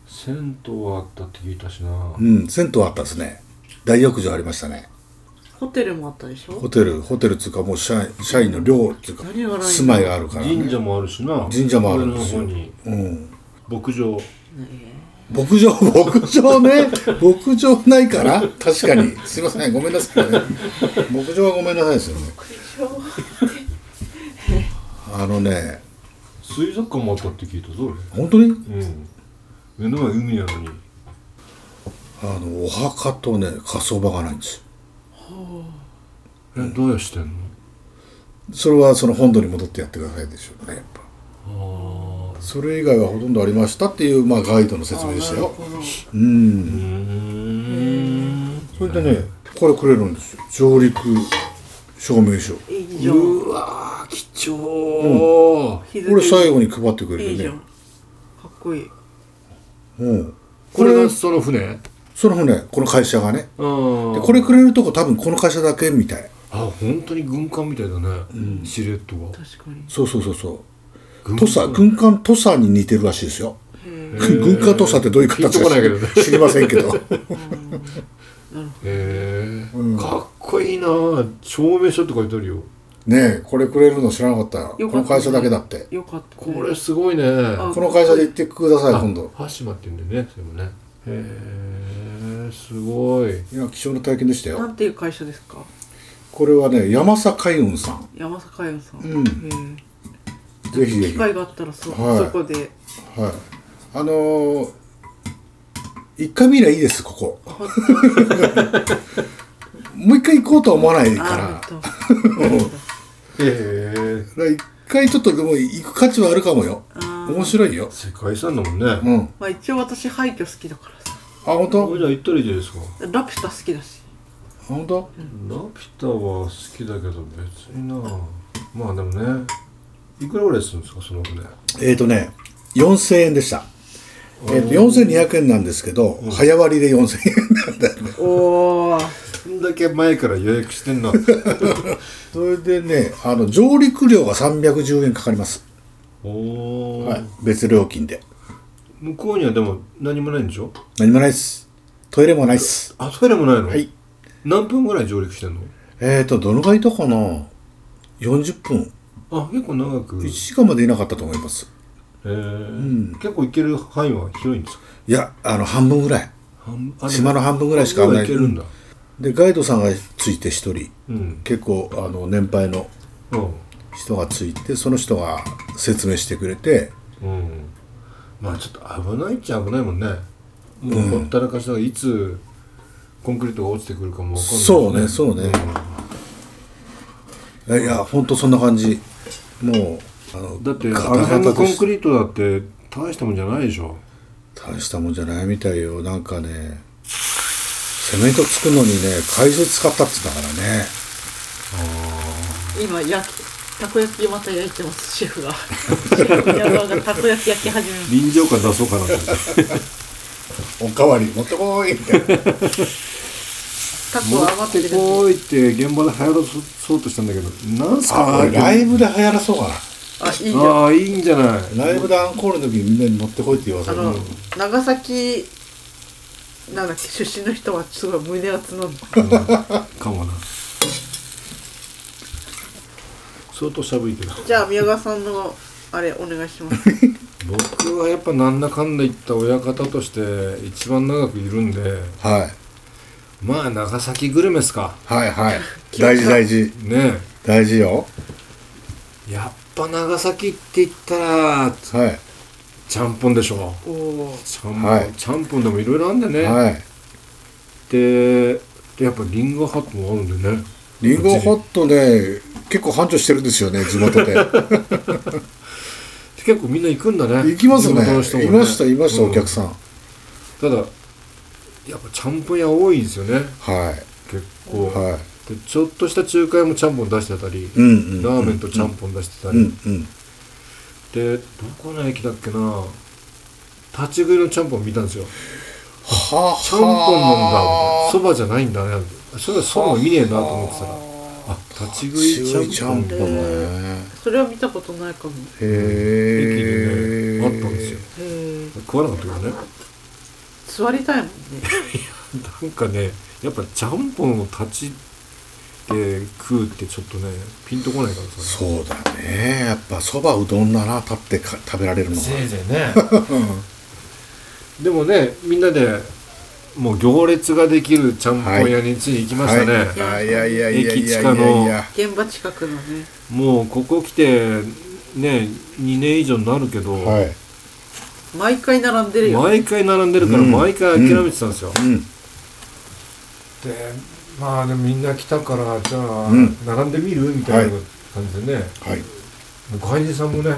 [SPEAKER 4] 銭湯はあったって聞いたしな
[SPEAKER 3] うん銭湯あったですね大浴場ありましたね
[SPEAKER 2] ホテルもあったでし
[SPEAKER 3] ホ
[SPEAKER 2] ょ
[SPEAKER 3] テル、ホテルっつうかもう社員社員の寮っていうか
[SPEAKER 2] 何がないの
[SPEAKER 3] 住まいがあるから、ね、
[SPEAKER 4] 神社もあるしな
[SPEAKER 3] 神社もあるんですよ
[SPEAKER 4] 上の方に
[SPEAKER 3] うん
[SPEAKER 4] 牧場
[SPEAKER 2] ね
[SPEAKER 3] 牧場、 牧場ね、牧場ないから、確かに。すいません、ごめんなさいね。牧場はごめんなさいですよね。あのね、
[SPEAKER 4] 水族館もあったって聞いたぞ
[SPEAKER 3] 本当に
[SPEAKER 4] 俺うん目の前海なのに
[SPEAKER 3] あの、お墓とね、火葬場がないんですよ。
[SPEAKER 4] えどうやしてんの
[SPEAKER 3] それはその本土に戻ってやってくださいでしょうね、やっぱ。それ以外はほとんどありましたっていう、まあ、ガイドの説明でしたよ。うん。
[SPEAKER 4] うん
[SPEAKER 3] それでね、これくれるんですよ。上陸証明書。
[SPEAKER 2] いいじゃん。
[SPEAKER 4] うわー貴重、
[SPEAKER 2] 日付
[SPEAKER 3] これ最後に配ってくれ
[SPEAKER 2] いい
[SPEAKER 3] る
[SPEAKER 2] じゃ
[SPEAKER 3] ね
[SPEAKER 2] ん。。かっこいい。
[SPEAKER 3] うん。
[SPEAKER 4] これがその船
[SPEAKER 3] その船、この会社がね。
[SPEAKER 4] うん
[SPEAKER 3] でこれくれるとこ多分この会社だけみたい。
[SPEAKER 4] あ本当に軍艦みたいだね、シルエットが
[SPEAKER 2] 確かに。
[SPEAKER 3] そうそうそうそう。
[SPEAKER 4] 軍
[SPEAKER 3] 土佐、軍艦土佐に似てるらしいですよ。 軍艦土佐ってどういう
[SPEAKER 4] ピン
[SPEAKER 3] 形
[SPEAKER 4] とこないけどね
[SPEAKER 3] か知知りませんけど。
[SPEAKER 4] へえ、かっこいいなあ証明書って書いてあるよ
[SPEAKER 3] ねえ、これくれるの知らなかった。こ
[SPEAKER 2] よかった
[SPEAKER 3] の会社だけだって。
[SPEAKER 2] よかった。
[SPEAKER 4] これすごいねあ
[SPEAKER 3] この会社で行ってください、今度。
[SPEAKER 4] 羽島って言うんだよねそれもねへえすごい
[SPEAKER 3] いや、貴重な体験でした
[SPEAKER 2] な
[SPEAKER 3] よ。
[SPEAKER 2] んていう会社ですか
[SPEAKER 3] これはね、山佐海運さん。
[SPEAKER 2] 山坂園さん。
[SPEAKER 3] うん
[SPEAKER 2] へ
[SPEAKER 3] ぜひ
[SPEAKER 2] え
[SPEAKER 3] ぜ
[SPEAKER 2] 機
[SPEAKER 3] ひ。
[SPEAKER 2] 会があったらそ、
[SPEAKER 3] はい
[SPEAKER 2] そこで。
[SPEAKER 3] はい。あのー、一回見りゃいいです、こ こ。もう一回行こうとは思わない
[SPEAKER 2] あ
[SPEAKER 3] か
[SPEAKER 2] ー、
[SPEAKER 4] へえ
[SPEAKER 3] ら。一回ちょっとでも行く価値はあるかもよ。面白いよ。
[SPEAKER 4] 世界遺産だもんね、
[SPEAKER 3] う
[SPEAKER 4] あ
[SPEAKER 3] ん。あ、
[SPEAKER 2] まあ一応私廃墟好きだからさ。
[SPEAKER 3] 本
[SPEAKER 4] こ
[SPEAKER 3] 当
[SPEAKER 4] れじゃあ行ったらいいじゃないですか
[SPEAKER 2] ラピュタ好きだし。
[SPEAKER 3] 本当
[SPEAKER 4] ラピュタは好きだけど別になまあでもねいくらぐらいするんですかその船
[SPEAKER 3] えっ、ー、とね、4000円でした。えっ、と、4200円なんですけど、早割りで4000円なんだよね。
[SPEAKER 2] おー。
[SPEAKER 4] こんだけ前から予約してんな
[SPEAKER 3] それでね、あの、上陸料が310円かかります。
[SPEAKER 4] おー、
[SPEAKER 3] はい。別料金で。
[SPEAKER 4] 向こうにはでも何もないんでしょ
[SPEAKER 3] 何もないっす。トイレもないっす。
[SPEAKER 4] あトイレもないの
[SPEAKER 3] はい
[SPEAKER 4] 何分ぐらい上陸してんの
[SPEAKER 3] えーと、どのぐらいいたかな ?40 分。
[SPEAKER 4] あ結構長く
[SPEAKER 3] 1時間までいなかったと思います。
[SPEAKER 4] えー結構行ける範囲は広いんですか
[SPEAKER 3] いや、あの、半分ぐらい。
[SPEAKER 4] 半あでも
[SPEAKER 3] 島の半分ぐらいしか危ない
[SPEAKER 4] 半分は行けるんだ
[SPEAKER 3] で、ガイドさんがついて一人、
[SPEAKER 4] うん、
[SPEAKER 3] 結構、あの、年配の
[SPEAKER 4] うん
[SPEAKER 3] 人がついて、その人が説明してくれて、
[SPEAKER 4] うん、まあちょっと危ないっちゃ危ないもんねもうほったらかしだからいつコンクリートが落ちてくるかもわかんないし
[SPEAKER 3] そうね、そうね。えいや、ほんとそんな感じ。もう、あの、
[SPEAKER 4] だってあ
[SPEAKER 3] ガタ
[SPEAKER 4] の
[SPEAKER 3] ガ
[SPEAKER 4] 辺
[SPEAKER 3] タ
[SPEAKER 4] のコ
[SPEAKER 3] で
[SPEAKER 4] ン
[SPEAKER 3] す
[SPEAKER 4] クリートだって大したもんじゃないでしょ
[SPEAKER 3] 大したもんじゃないみたいよ。なんかね、セメント作るのにね、海水使ったって言ったからね。
[SPEAKER 2] 今焼きたこ焼きまた焼いてますシェフが シェフ宮川がたこ焼き焼き始めまし
[SPEAKER 4] 臨場感出そうかなと思って
[SPEAKER 3] おかわり持ってこいみたいな。
[SPEAKER 2] たたこ余ってるけど
[SPEAKER 4] こう言って現場で流行らそうとしたんだけどなんすか
[SPEAKER 3] あ
[SPEAKER 4] こ
[SPEAKER 3] ー
[SPEAKER 4] れ
[SPEAKER 3] ライブで流行らそうかな
[SPEAKER 2] あいいじゃん
[SPEAKER 4] ああいいんじゃ ない
[SPEAKER 3] ライブでアンコールの時にみんなに持ってこいって言わせ
[SPEAKER 2] あ
[SPEAKER 3] る
[SPEAKER 2] の長崎なんだっけ出身の人はすごい胸熱なんだ
[SPEAKER 4] かもな相当寒いけど
[SPEAKER 2] じゃあ宮川さんのあれお願いします
[SPEAKER 4] 僕はやっぱなんだかんだ言った親方として一番長くいるんで
[SPEAKER 3] はい
[SPEAKER 4] まあ長崎グルメですか
[SPEAKER 3] は いはい大事大事
[SPEAKER 4] ね
[SPEAKER 3] 大事よ
[SPEAKER 4] えやっぱ長崎って言ったら
[SPEAKER 3] は
[SPEAKER 4] ちゃんぽんでしょ
[SPEAKER 2] おおー
[SPEAKER 4] ちゃんぽん、
[SPEAKER 3] はい
[SPEAKER 4] ちゃんぽんでもいろいろあるんだよ
[SPEAKER 3] い
[SPEAKER 4] ね、
[SPEAKER 3] はい
[SPEAKER 4] ででやっぱリンゴハットもあるんだよね
[SPEAKER 3] リンゴホットね結構繁盛してるんですよね地元 で
[SPEAKER 4] で結構みんな行くんだね
[SPEAKER 3] 行きますね
[SPEAKER 4] 地元の人も
[SPEAKER 3] いましたいました
[SPEAKER 4] うん
[SPEAKER 3] お客さん
[SPEAKER 4] ただやっぱちゃんぽん屋多いんですよね
[SPEAKER 3] はい
[SPEAKER 4] 結構、
[SPEAKER 3] は
[SPEAKER 4] でちょっとした仲介もちゃんぽん出してたり、
[SPEAKER 3] いうんうん
[SPEAKER 4] ラーメンとちゃんぽん出してた
[SPEAKER 3] う
[SPEAKER 4] り、
[SPEAKER 3] んうん
[SPEAKER 4] でどこの駅だっけな立ち食いのちゃんぽん見たんですよ
[SPEAKER 3] はあ
[SPEAKER 4] ちゃんぽんなんだみたいなそばじゃないんだねそれそばも見ねえなと思ってたらあ立ち食
[SPEAKER 3] 強
[SPEAKER 4] い
[SPEAKER 3] い
[SPEAKER 4] ち
[SPEAKER 3] ち
[SPEAKER 4] ゃ
[SPEAKER 3] ゃ
[SPEAKER 4] ん
[SPEAKER 3] ん
[SPEAKER 4] ぽ
[SPEAKER 3] ぽ
[SPEAKER 4] ん
[SPEAKER 3] ん
[SPEAKER 4] 駅
[SPEAKER 3] ね
[SPEAKER 2] それは見たことないかも
[SPEAKER 4] で
[SPEAKER 3] へえ
[SPEAKER 4] ねあったんですよ
[SPEAKER 2] へー
[SPEAKER 4] 食わなかったけどね
[SPEAKER 2] 座りたいもんね
[SPEAKER 4] なんかねやっぱちゃんぽんを立ちで食うってちょっとねピンとこないからさ
[SPEAKER 3] そうだねやっぱそばうどんなら立ってか食べられるのは
[SPEAKER 4] せいぜいねでもねみんなでもう行列ができるちゃんぽん屋についに行きましたね、
[SPEAKER 3] はい、いやいやいやいやい
[SPEAKER 4] 駅
[SPEAKER 3] やい
[SPEAKER 4] 近の
[SPEAKER 3] やいや
[SPEAKER 2] 現場近くのね
[SPEAKER 4] もうここ来てね2年以上になるけど、
[SPEAKER 3] はい
[SPEAKER 2] 毎回並んでるよ
[SPEAKER 4] 毎回並んでるから
[SPEAKER 3] うん
[SPEAKER 4] 毎回諦めてたんですよ、
[SPEAKER 3] うん
[SPEAKER 4] でまあでもみんな来たからじゃあ、
[SPEAKER 3] うん
[SPEAKER 4] 並んでみるみたいな感じでね、
[SPEAKER 3] はい
[SPEAKER 4] 外人さんもね
[SPEAKER 2] うんい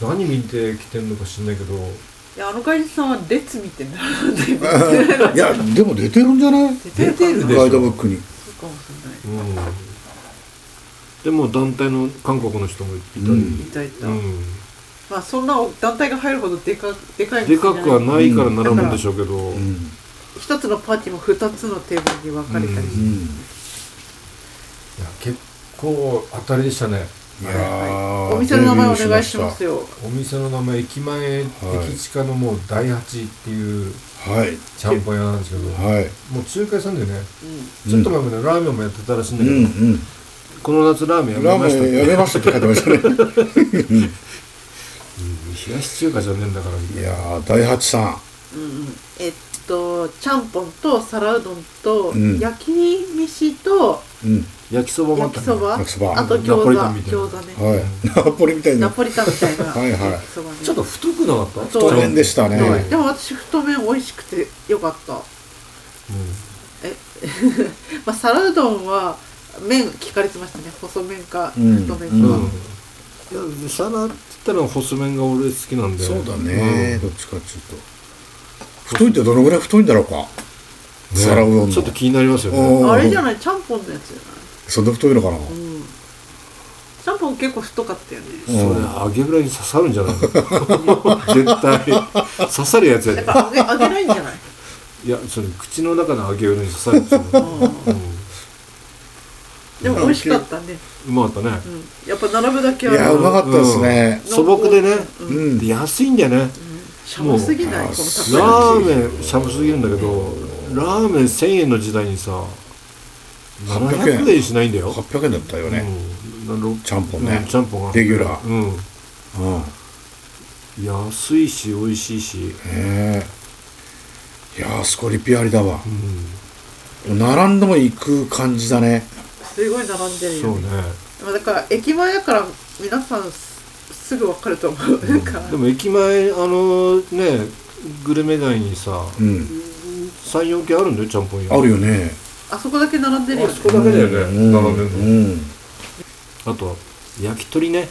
[SPEAKER 4] 何見て来てんのか知んないけど
[SPEAKER 2] やあの外人さんは列見て並んでる
[SPEAKER 3] いやでも出てるんじゃない
[SPEAKER 2] 出てる
[SPEAKER 4] でしょ
[SPEAKER 3] ガイドブックに
[SPEAKER 2] そうかもしれない
[SPEAKER 4] うんでも団体の韓国の人もいたり、
[SPEAKER 3] う
[SPEAKER 2] いたいた、
[SPEAKER 4] うん
[SPEAKER 2] まあそんな団体が入るほどでかでかい
[SPEAKER 4] でかくはないから並ぶんでしょうけど、
[SPEAKER 3] うん
[SPEAKER 2] 一つのパーティーも二つのテーブルに分かれたり
[SPEAKER 3] う
[SPEAKER 2] して、
[SPEAKER 3] ん
[SPEAKER 4] いや結構当たりでしたね
[SPEAKER 3] いやー
[SPEAKER 2] お店の名前お願いしますよ
[SPEAKER 4] お店の名前駅前、
[SPEAKER 3] はい
[SPEAKER 4] 駅近のもう第八っていう
[SPEAKER 3] はい
[SPEAKER 4] ちゃんぽん屋なんですけど、
[SPEAKER 3] はい
[SPEAKER 4] もう中華屋さんでね
[SPEAKER 2] う
[SPEAKER 4] ちょっと前までラーメンもやってたらしいん
[SPEAKER 3] う
[SPEAKER 4] だけど、
[SPEAKER 3] ん
[SPEAKER 4] この夏ラーメン
[SPEAKER 3] う
[SPEAKER 4] やめ
[SPEAKER 3] んラ
[SPEAKER 4] ました
[SPEAKER 3] ー
[SPEAKER 4] っ
[SPEAKER 3] メンや
[SPEAKER 4] て
[SPEAKER 3] めましたって書いてましたね
[SPEAKER 4] うん冷やし中華じゃねえんだからみた
[SPEAKER 3] い
[SPEAKER 4] い
[SPEAKER 3] や
[SPEAKER 4] な
[SPEAKER 3] ー大八さん
[SPEAKER 2] んうんうんえっとちゃんぽんと皿うどんと、
[SPEAKER 3] うん
[SPEAKER 2] 焼き飯と
[SPEAKER 3] うん
[SPEAKER 4] 焼きそばもあっ
[SPEAKER 2] 焼
[SPEAKER 4] た
[SPEAKER 2] き
[SPEAKER 4] ね
[SPEAKER 2] そば
[SPEAKER 3] 焼きそば
[SPEAKER 2] あと
[SPEAKER 4] ナ
[SPEAKER 2] 餃
[SPEAKER 4] ポ
[SPEAKER 2] 子
[SPEAKER 4] リタンみたいな
[SPEAKER 2] 餃子ね、
[SPEAKER 3] はいナポリみたい
[SPEAKER 2] ナ
[SPEAKER 3] な
[SPEAKER 2] ポリタンみたいな
[SPEAKER 3] はいはい
[SPEAKER 2] 焼きそばね
[SPEAKER 4] ちょっと太くなかった
[SPEAKER 2] そう
[SPEAKER 4] 太
[SPEAKER 3] 太麺でしたね
[SPEAKER 2] はいでも私太麺美味しくてよかった、まあ、皿うどんは麺聞かれてましたね細麺か太
[SPEAKER 3] うん
[SPEAKER 2] 麺か、
[SPEAKER 3] う
[SPEAKER 4] うん、いや皿って言ったら細麺が俺好きなんで
[SPEAKER 3] そうだねどっちかっていうと太いってどのぐらい太いんだろうか
[SPEAKER 4] うん
[SPEAKER 3] 皿うどんの
[SPEAKER 4] ちょっと気になりますよね
[SPEAKER 3] おー
[SPEAKER 2] あれじゃないちゃんぽんのやつじゃ
[SPEAKER 3] そんな太いのかな
[SPEAKER 2] ない、うん、ちゃんぽん結構太か ったよね
[SPEAKER 4] それ揚げフライに刺さるんじゃないの 絶対刺さるやつや
[SPEAKER 2] やっ
[SPEAKER 4] で
[SPEAKER 2] ぱ揚げ揚げないんじゃない
[SPEAKER 4] いやそれ口の中の揚げフライに刺さるやつ、
[SPEAKER 2] う
[SPEAKER 4] うん
[SPEAKER 2] でも美味しかったね、
[SPEAKER 4] ん、うまかったね
[SPEAKER 2] うん、やっぱ並ぶだけあ
[SPEAKER 3] い
[SPEAKER 2] る
[SPEAKER 3] やうまかったですね
[SPEAKER 2] 濃厚
[SPEAKER 4] 素朴でね、
[SPEAKER 2] う
[SPEAKER 3] うんん
[SPEAKER 4] で安いんだよね、
[SPEAKER 2] しゃもすぎない
[SPEAKER 3] も
[SPEAKER 2] こ
[SPEAKER 3] う
[SPEAKER 2] の高さ
[SPEAKER 4] ラーメンしゃぶすぎるんだけどラーメン1000円の時代にさ
[SPEAKER 3] 800
[SPEAKER 4] 700円しないんだよ、
[SPEAKER 3] 800円だったよね
[SPEAKER 4] うんなろ
[SPEAKER 3] ちゃんぽん
[SPEAKER 4] う
[SPEAKER 3] ね
[SPEAKER 4] んちゃんぽんが
[SPEAKER 3] レギュラー
[SPEAKER 4] うん
[SPEAKER 3] うんね
[SPEAKER 4] 安いし美味しいし、
[SPEAKER 3] えいやーあそこリピありだわ
[SPEAKER 4] うん、
[SPEAKER 3] 並んでも行く感じだね
[SPEAKER 2] すごい並んでる
[SPEAKER 4] そ
[SPEAKER 2] よ
[SPEAKER 4] うね
[SPEAKER 2] まあだから駅前だから皆さんすすぐ分かると思う、なんか
[SPEAKER 4] でも駅前あのねグルメ街にさ
[SPEAKER 3] うん
[SPEAKER 4] 34軒あるんだよちゃんぽん屋
[SPEAKER 3] あるよね
[SPEAKER 2] あそこだけ並んでるよ、ね、
[SPEAKER 4] こだけだよね
[SPEAKER 3] うん
[SPEAKER 4] 並んでんの
[SPEAKER 3] うん
[SPEAKER 4] あと焼き鳥ね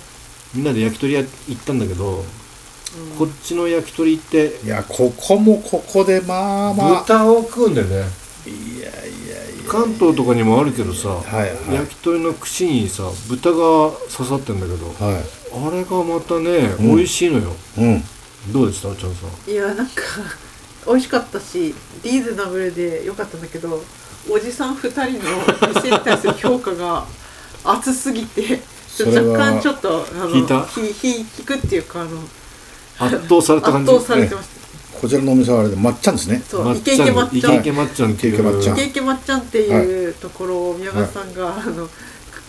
[SPEAKER 4] みんなで焼き鳥屋行ったんだけど、こっちの焼き鳥って
[SPEAKER 3] いやここもここでまあまあ
[SPEAKER 4] 豚を食うんだよね
[SPEAKER 3] いやいやいや
[SPEAKER 4] 関東とかにもあるけどさ、
[SPEAKER 3] はいはい
[SPEAKER 4] 焼き鳥の串にさ豚が刺さってんだけど、
[SPEAKER 3] は
[SPEAKER 4] あれがまたね、
[SPEAKER 3] うん
[SPEAKER 4] 美味しいのよ
[SPEAKER 3] いうん
[SPEAKER 4] どうでしたちゃんさん
[SPEAKER 2] いやなんか美味しかったしリーズナブルで良かったんだけどおじさん2人の店に対する評価が熱すぎて
[SPEAKER 3] それ
[SPEAKER 2] 若
[SPEAKER 3] は
[SPEAKER 2] 干ちょっとあの
[SPEAKER 4] 引いた
[SPEAKER 2] ひひ聞くっていうかあの
[SPEAKER 4] 圧倒された感
[SPEAKER 2] 圧
[SPEAKER 4] じ
[SPEAKER 2] 倒されてました、
[SPEAKER 3] こちらのお店はあれでまっちゃんですね
[SPEAKER 2] そ
[SPEAKER 4] ま
[SPEAKER 2] う
[SPEAKER 4] っ
[SPEAKER 2] イケイ
[SPEAKER 4] ちゃ
[SPEAKER 2] ケ
[SPEAKER 4] ん
[SPEAKER 2] まっ
[SPEAKER 4] イ
[SPEAKER 2] ちゃ
[SPEAKER 4] ケ
[SPEAKER 2] ん
[SPEAKER 4] イケまっちゃんっていう
[SPEAKER 3] イケイケまっちゃ
[SPEAKER 2] イ
[SPEAKER 3] ん
[SPEAKER 2] ケイケまっちゃんっていうところを宮川さんが、あの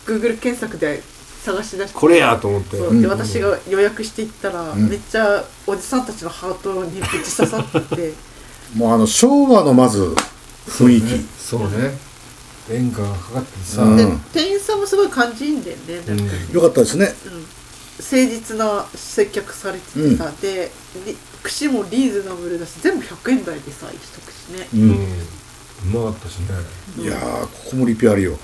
[SPEAKER 2] Google 検索で探し出して
[SPEAKER 4] これやと思って
[SPEAKER 2] そう
[SPEAKER 4] うん
[SPEAKER 2] で私が予約していったら、
[SPEAKER 3] ん
[SPEAKER 2] めっちゃおじさんたちのハートにぶち刺さってて
[SPEAKER 3] もうあの昭和のまず雰囲気
[SPEAKER 4] そうね演歌がかかってさ、
[SPEAKER 3] うん
[SPEAKER 2] で店員さんもすごい感じいいんだよねなんか、
[SPEAKER 4] うん
[SPEAKER 3] よかったですね
[SPEAKER 2] 誠実な接客されててさ、でり串もリーズナブルだし全部100円台でさ一口ね、
[SPEAKER 4] う
[SPEAKER 3] う
[SPEAKER 4] ん
[SPEAKER 3] ん
[SPEAKER 4] うまかったしね、
[SPEAKER 3] いやーここもリピありよ
[SPEAKER 4] う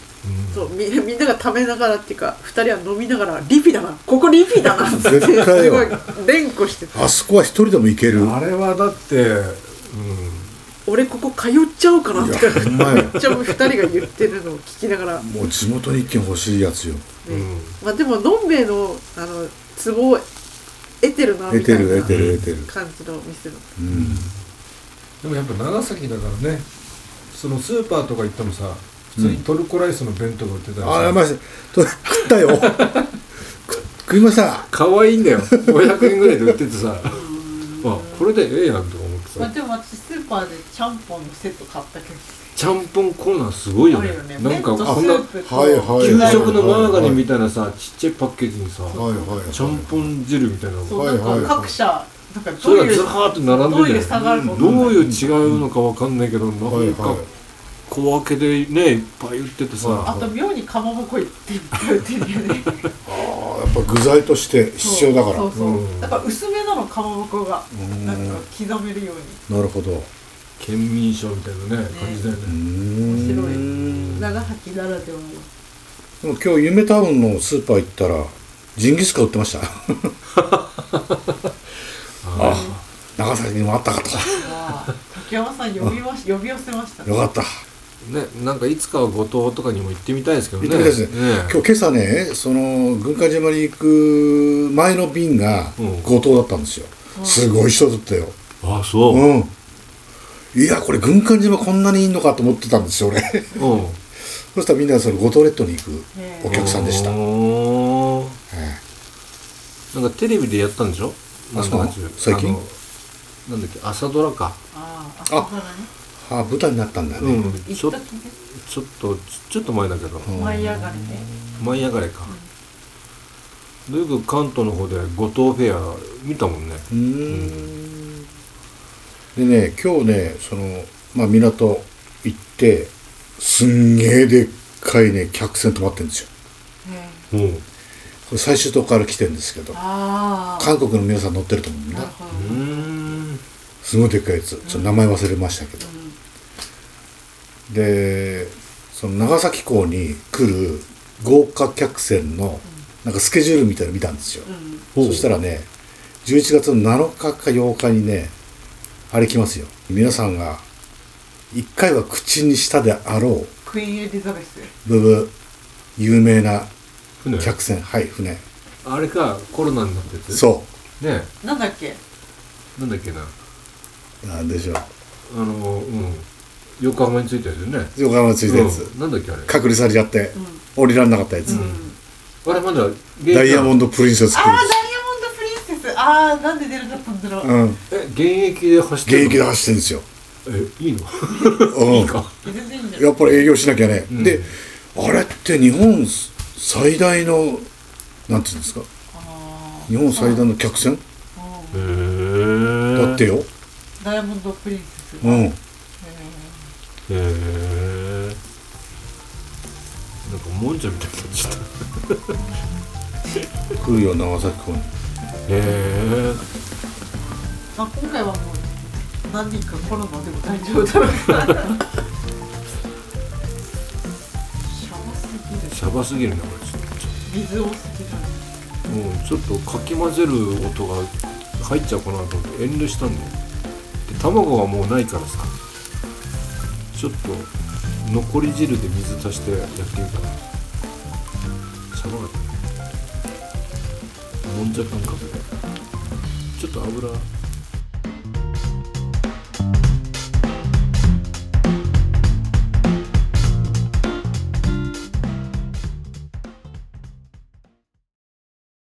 [SPEAKER 4] ん
[SPEAKER 2] そうみ みんなが食べながらっていうか2人は飲みながらリピだなここリピだなって
[SPEAKER 3] 絶対よ
[SPEAKER 2] すごい連呼してて
[SPEAKER 3] あそこは一人でも行ける
[SPEAKER 4] あれはだって、うん、
[SPEAKER 2] 俺ここ通っちゃおうかなって
[SPEAKER 3] いやほんまよ
[SPEAKER 2] めっちゃもう2人が言ってるのを聞きながら、ね
[SPEAKER 3] もう地元に一軒欲しいやつよ
[SPEAKER 4] うん
[SPEAKER 2] まあ、でものんべえのあのツボを得てるなみ
[SPEAKER 3] 得
[SPEAKER 2] た
[SPEAKER 3] て
[SPEAKER 2] い
[SPEAKER 3] る
[SPEAKER 2] な
[SPEAKER 3] 得てる得てる
[SPEAKER 2] 感じの店の
[SPEAKER 3] うん
[SPEAKER 4] でもやっぱ長崎だからねそのスーパーとか行ってもさ普通にトルコライスの弁当が売ってたり
[SPEAKER 3] あ
[SPEAKER 4] さ、
[SPEAKER 3] やばいっすと食ったよ 食食いました
[SPEAKER 4] 可愛 いんだよ500円ぐらいで売っててさあこれでええやんとか思って
[SPEAKER 2] まあ、
[SPEAKER 4] さ
[SPEAKER 2] でも私スーパーでちゃんぽんのセット買ったけど
[SPEAKER 4] ちゃんぽんコーナーすごいよね
[SPEAKER 2] あるよね
[SPEAKER 4] なんか
[SPEAKER 2] 麺と
[SPEAKER 4] こん
[SPEAKER 2] ス
[SPEAKER 4] な
[SPEAKER 2] ープと
[SPEAKER 3] はいはい
[SPEAKER 4] 給食のマーガリンみたいなさちっちゃいパッケージにさ
[SPEAKER 3] はいはい
[SPEAKER 4] ちゃんぽん汁みたいなの
[SPEAKER 2] そうなん
[SPEAKER 3] はいはい
[SPEAKER 2] か各社なんかど
[SPEAKER 4] そ
[SPEAKER 2] う
[SPEAKER 4] れが
[SPEAKER 2] い
[SPEAKER 4] ず
[SPEAKER 2] う
[SPEAKER 4] らーっと並ん
[SPEAKER 2] どう
[SPEAKER 4] で
[SPEAKER 2] いう
[SPEAKER 4] て
[SPEAKER 2] 差があるのか
[SPEAKER 4] どういう違うのかわかんないけどなんか小分けでねいっぱい売ってて
[SPEAKER 2] あ
[SPEAKER 4] さ
[SPEAKER 2] と妙にかまぼこいっていっぱい売ってるよ ね
[SPEAKER 3] ああやっぱ具材として必要だから
[SPEAKER 2] そうそうそ
[SPEAKER 4] う
[SPEAKER 2] うんだから薄めなのかまぼこが
[SPEAKER 3] うん
[SPEAKER 2] なんか刻めるよう
[SPEAKER 3] なるほどう
[SPEAKER 4] 県民賞みたいなね感じだよ
[SPEAKER 3] ー
[SPEAKER 4] ね
[SPEAKER 3] ん
[SPEAKER 2] に面白い
[SPEAKER 3] で
[SPEAKER 2] 長崎ならではの
[SPEAKER 3] も今日夢タウンのスーパー行ったらジンギスカン売ってました あ長崎にもあったかと
[SPEAKER 2] わ あ竹山さん呼びまし呼び寄せましたね
[SPEAKER 3] よかった
[SPEAKER 4] ねなんかいつかは五島とかにも行ってみたいですけど
[SPEAKER 3] 行っ
[SPEAKER 4] ね
[SPEAKER 3] てみたいですね今日今朝ねその軍艦島に行く前の便が
[SPEAKER 4] うん
[SPEAKER 3] 強盗だったんですよ、すごい人だったよ
[SPEAKER 4] あそううん
[SPEAKER 3] うんいやこれ軍艦島こんなにいんのかと思ってたんですよ俺 そしたらみんなその五島列島に行く
[SPEAKER 2] え
[SPEAKER 3] お客さんでした、え
[SPEAKER 4] おー
[SPEAKER 3] え
[SPEAKER 4] なんかテレビでやったんでしょ
[SPEAKER 3] あそうな
[SPEAKER 4] な
[SPEAKER 3] の
[SPEAKER 4] んか
[SPEAKER 3] 最近
[SPEAKER 4] あのなんだっけ朝ドラか
[SPEAKER 2] ああ
[SPEAKER 3] あ
[SPEAKER 2] 朝からね
[SPEAKER 3] ああ舞台になったんだよ
[SPEAKER 4] う
[SPEAKER 3] ね、
[SPEAKER 4] んち
[SPEAKER 2] 行
[SPEAKER 4] ょ
[SPEAKER 2] った
[SPEAKER 4] ち
[SPEAKER 2] 時ね
[SPEAKER 4] ょっとちょっと前だけど
[SPEAKER 3] うん
[SPEAKER 2] 舞い上がれて
[SPEAKER 4] 舞い上がれかでよく関東の方で五島フェア見たもんね
[SPEAKER 3] うーんでね今日ねその、まあ、港行ってすんげえでっかいね客船泊まってるんですよ
[SPEAKER 2] え
[SPEAKER 4] うん
[SPEAKER 3] これ最終島から来てるんですけど
[SPEAKER 2] えああ
[SPEAKER 3] 韓国の皆さん乗ってると思うん
[SPEAKER 2] な
[SPEAKER 3] だ
[SPEAKER 2] るほど
[SPEAKER 4] うん
[SPEAKER 3] すごいでっかいやつちょっと名前忘れましたけど
[SPEAKER 2] うん
[SPEAKER 3] でその長崎港に来る豪華客船のなんかスケジュールみたいなの見たんですよ、
[SPEAKER 2] うん
[SPEAKER 3] そしたらね11月の7日か8日にねあれ来ますよ皆さんが一回は口にしたであろう
[SPEAKER 2] クイーンエリザベス
[SPEAKER 3] ブブ有名な
[SPEAKER 4] 船
[SPEAKER 3] 客船はい船
[SPEAKER 4] あれかコロナになってて
[SPEAKER 3] そう
[SPEAKER 4] ね
[SPEAKER 2] なんだっけ
[SPEAKER 4] なんだっけな
[SPEAKER 3] うなんでしょう
[SPEAKER 4] あのうん横浜についたやつよね
[SPEAKER 3] 横浜ついたやつ、
[SPEAKER 4] うんなんだっけあれ
[SPEAKER 3] 隔離されちゃって
[SPEAKER 2] うん
[SPEAKER 3] 降りられなかったやつ、
[SPEAKER 2] うん
[SPEAKER 4] あれまだ
[SPEAKER 3] ダイヤモン
[SPEAKER 4] ド
[SPEAKER 3] ドプリンセス
[SPEAKER 2] ああ
[SPEAKER 3] ク
[SPEAKER 2] ダイ
[SPEAKER 3] ル
[SPEAKER 2] ヤモンドプリンセスああなんで出るだったんだろう、
[SPEAKER 3] ーズうん
[SPEAKER 4] え現役で走って
[SPEAKER 3] 現
[SPEAKER 4] る
[SPEAKER 3] 役で走ってるんですよ、
[SPEAKER 4] えいいの
[SPEAKER 3] うん、
[SPEAKER 4] いいか
[SPEAKER 2] 全然いいんじゃない
[SPEAKER 3] やっぱり営業しなきゃね、
[SPEAKER 4] うん
[SPEAKER 3] であれって日本最大のなんていうんですか
[SPEAKER 2] あ
[SPEAKER 3] 日本最大の客船
[SPEAKER 2] あ
[SPEAKER 4] へえ
[SPEAKER 3] だってよ、
[SPEAKER 2] ダイヤモンドプリンセス
[SPEAKER 3] うん、
[SPEAKER 4] へえなんかもんじゃみたいになっちゃったへ
[SPEAKER 3] 来るよ長崎君に
[SPEAKER 4] え
[SPEAKER 2] まあ、今回はもう何人かコロナでも大丈夫だろうからシャバすぎる
[SPEAKER 4] シャバすぎるなこれちょっ
[SPEAKER 2] 水多すぎる
[SPEAKER 4] とうんちょっとかき混ぜる音が入っちゃうかなと思って遠慮したんだよで卵がもうないからさちょっと残り汁で水足してやってみたらシャバかったもんじゃ感覚でちょっと油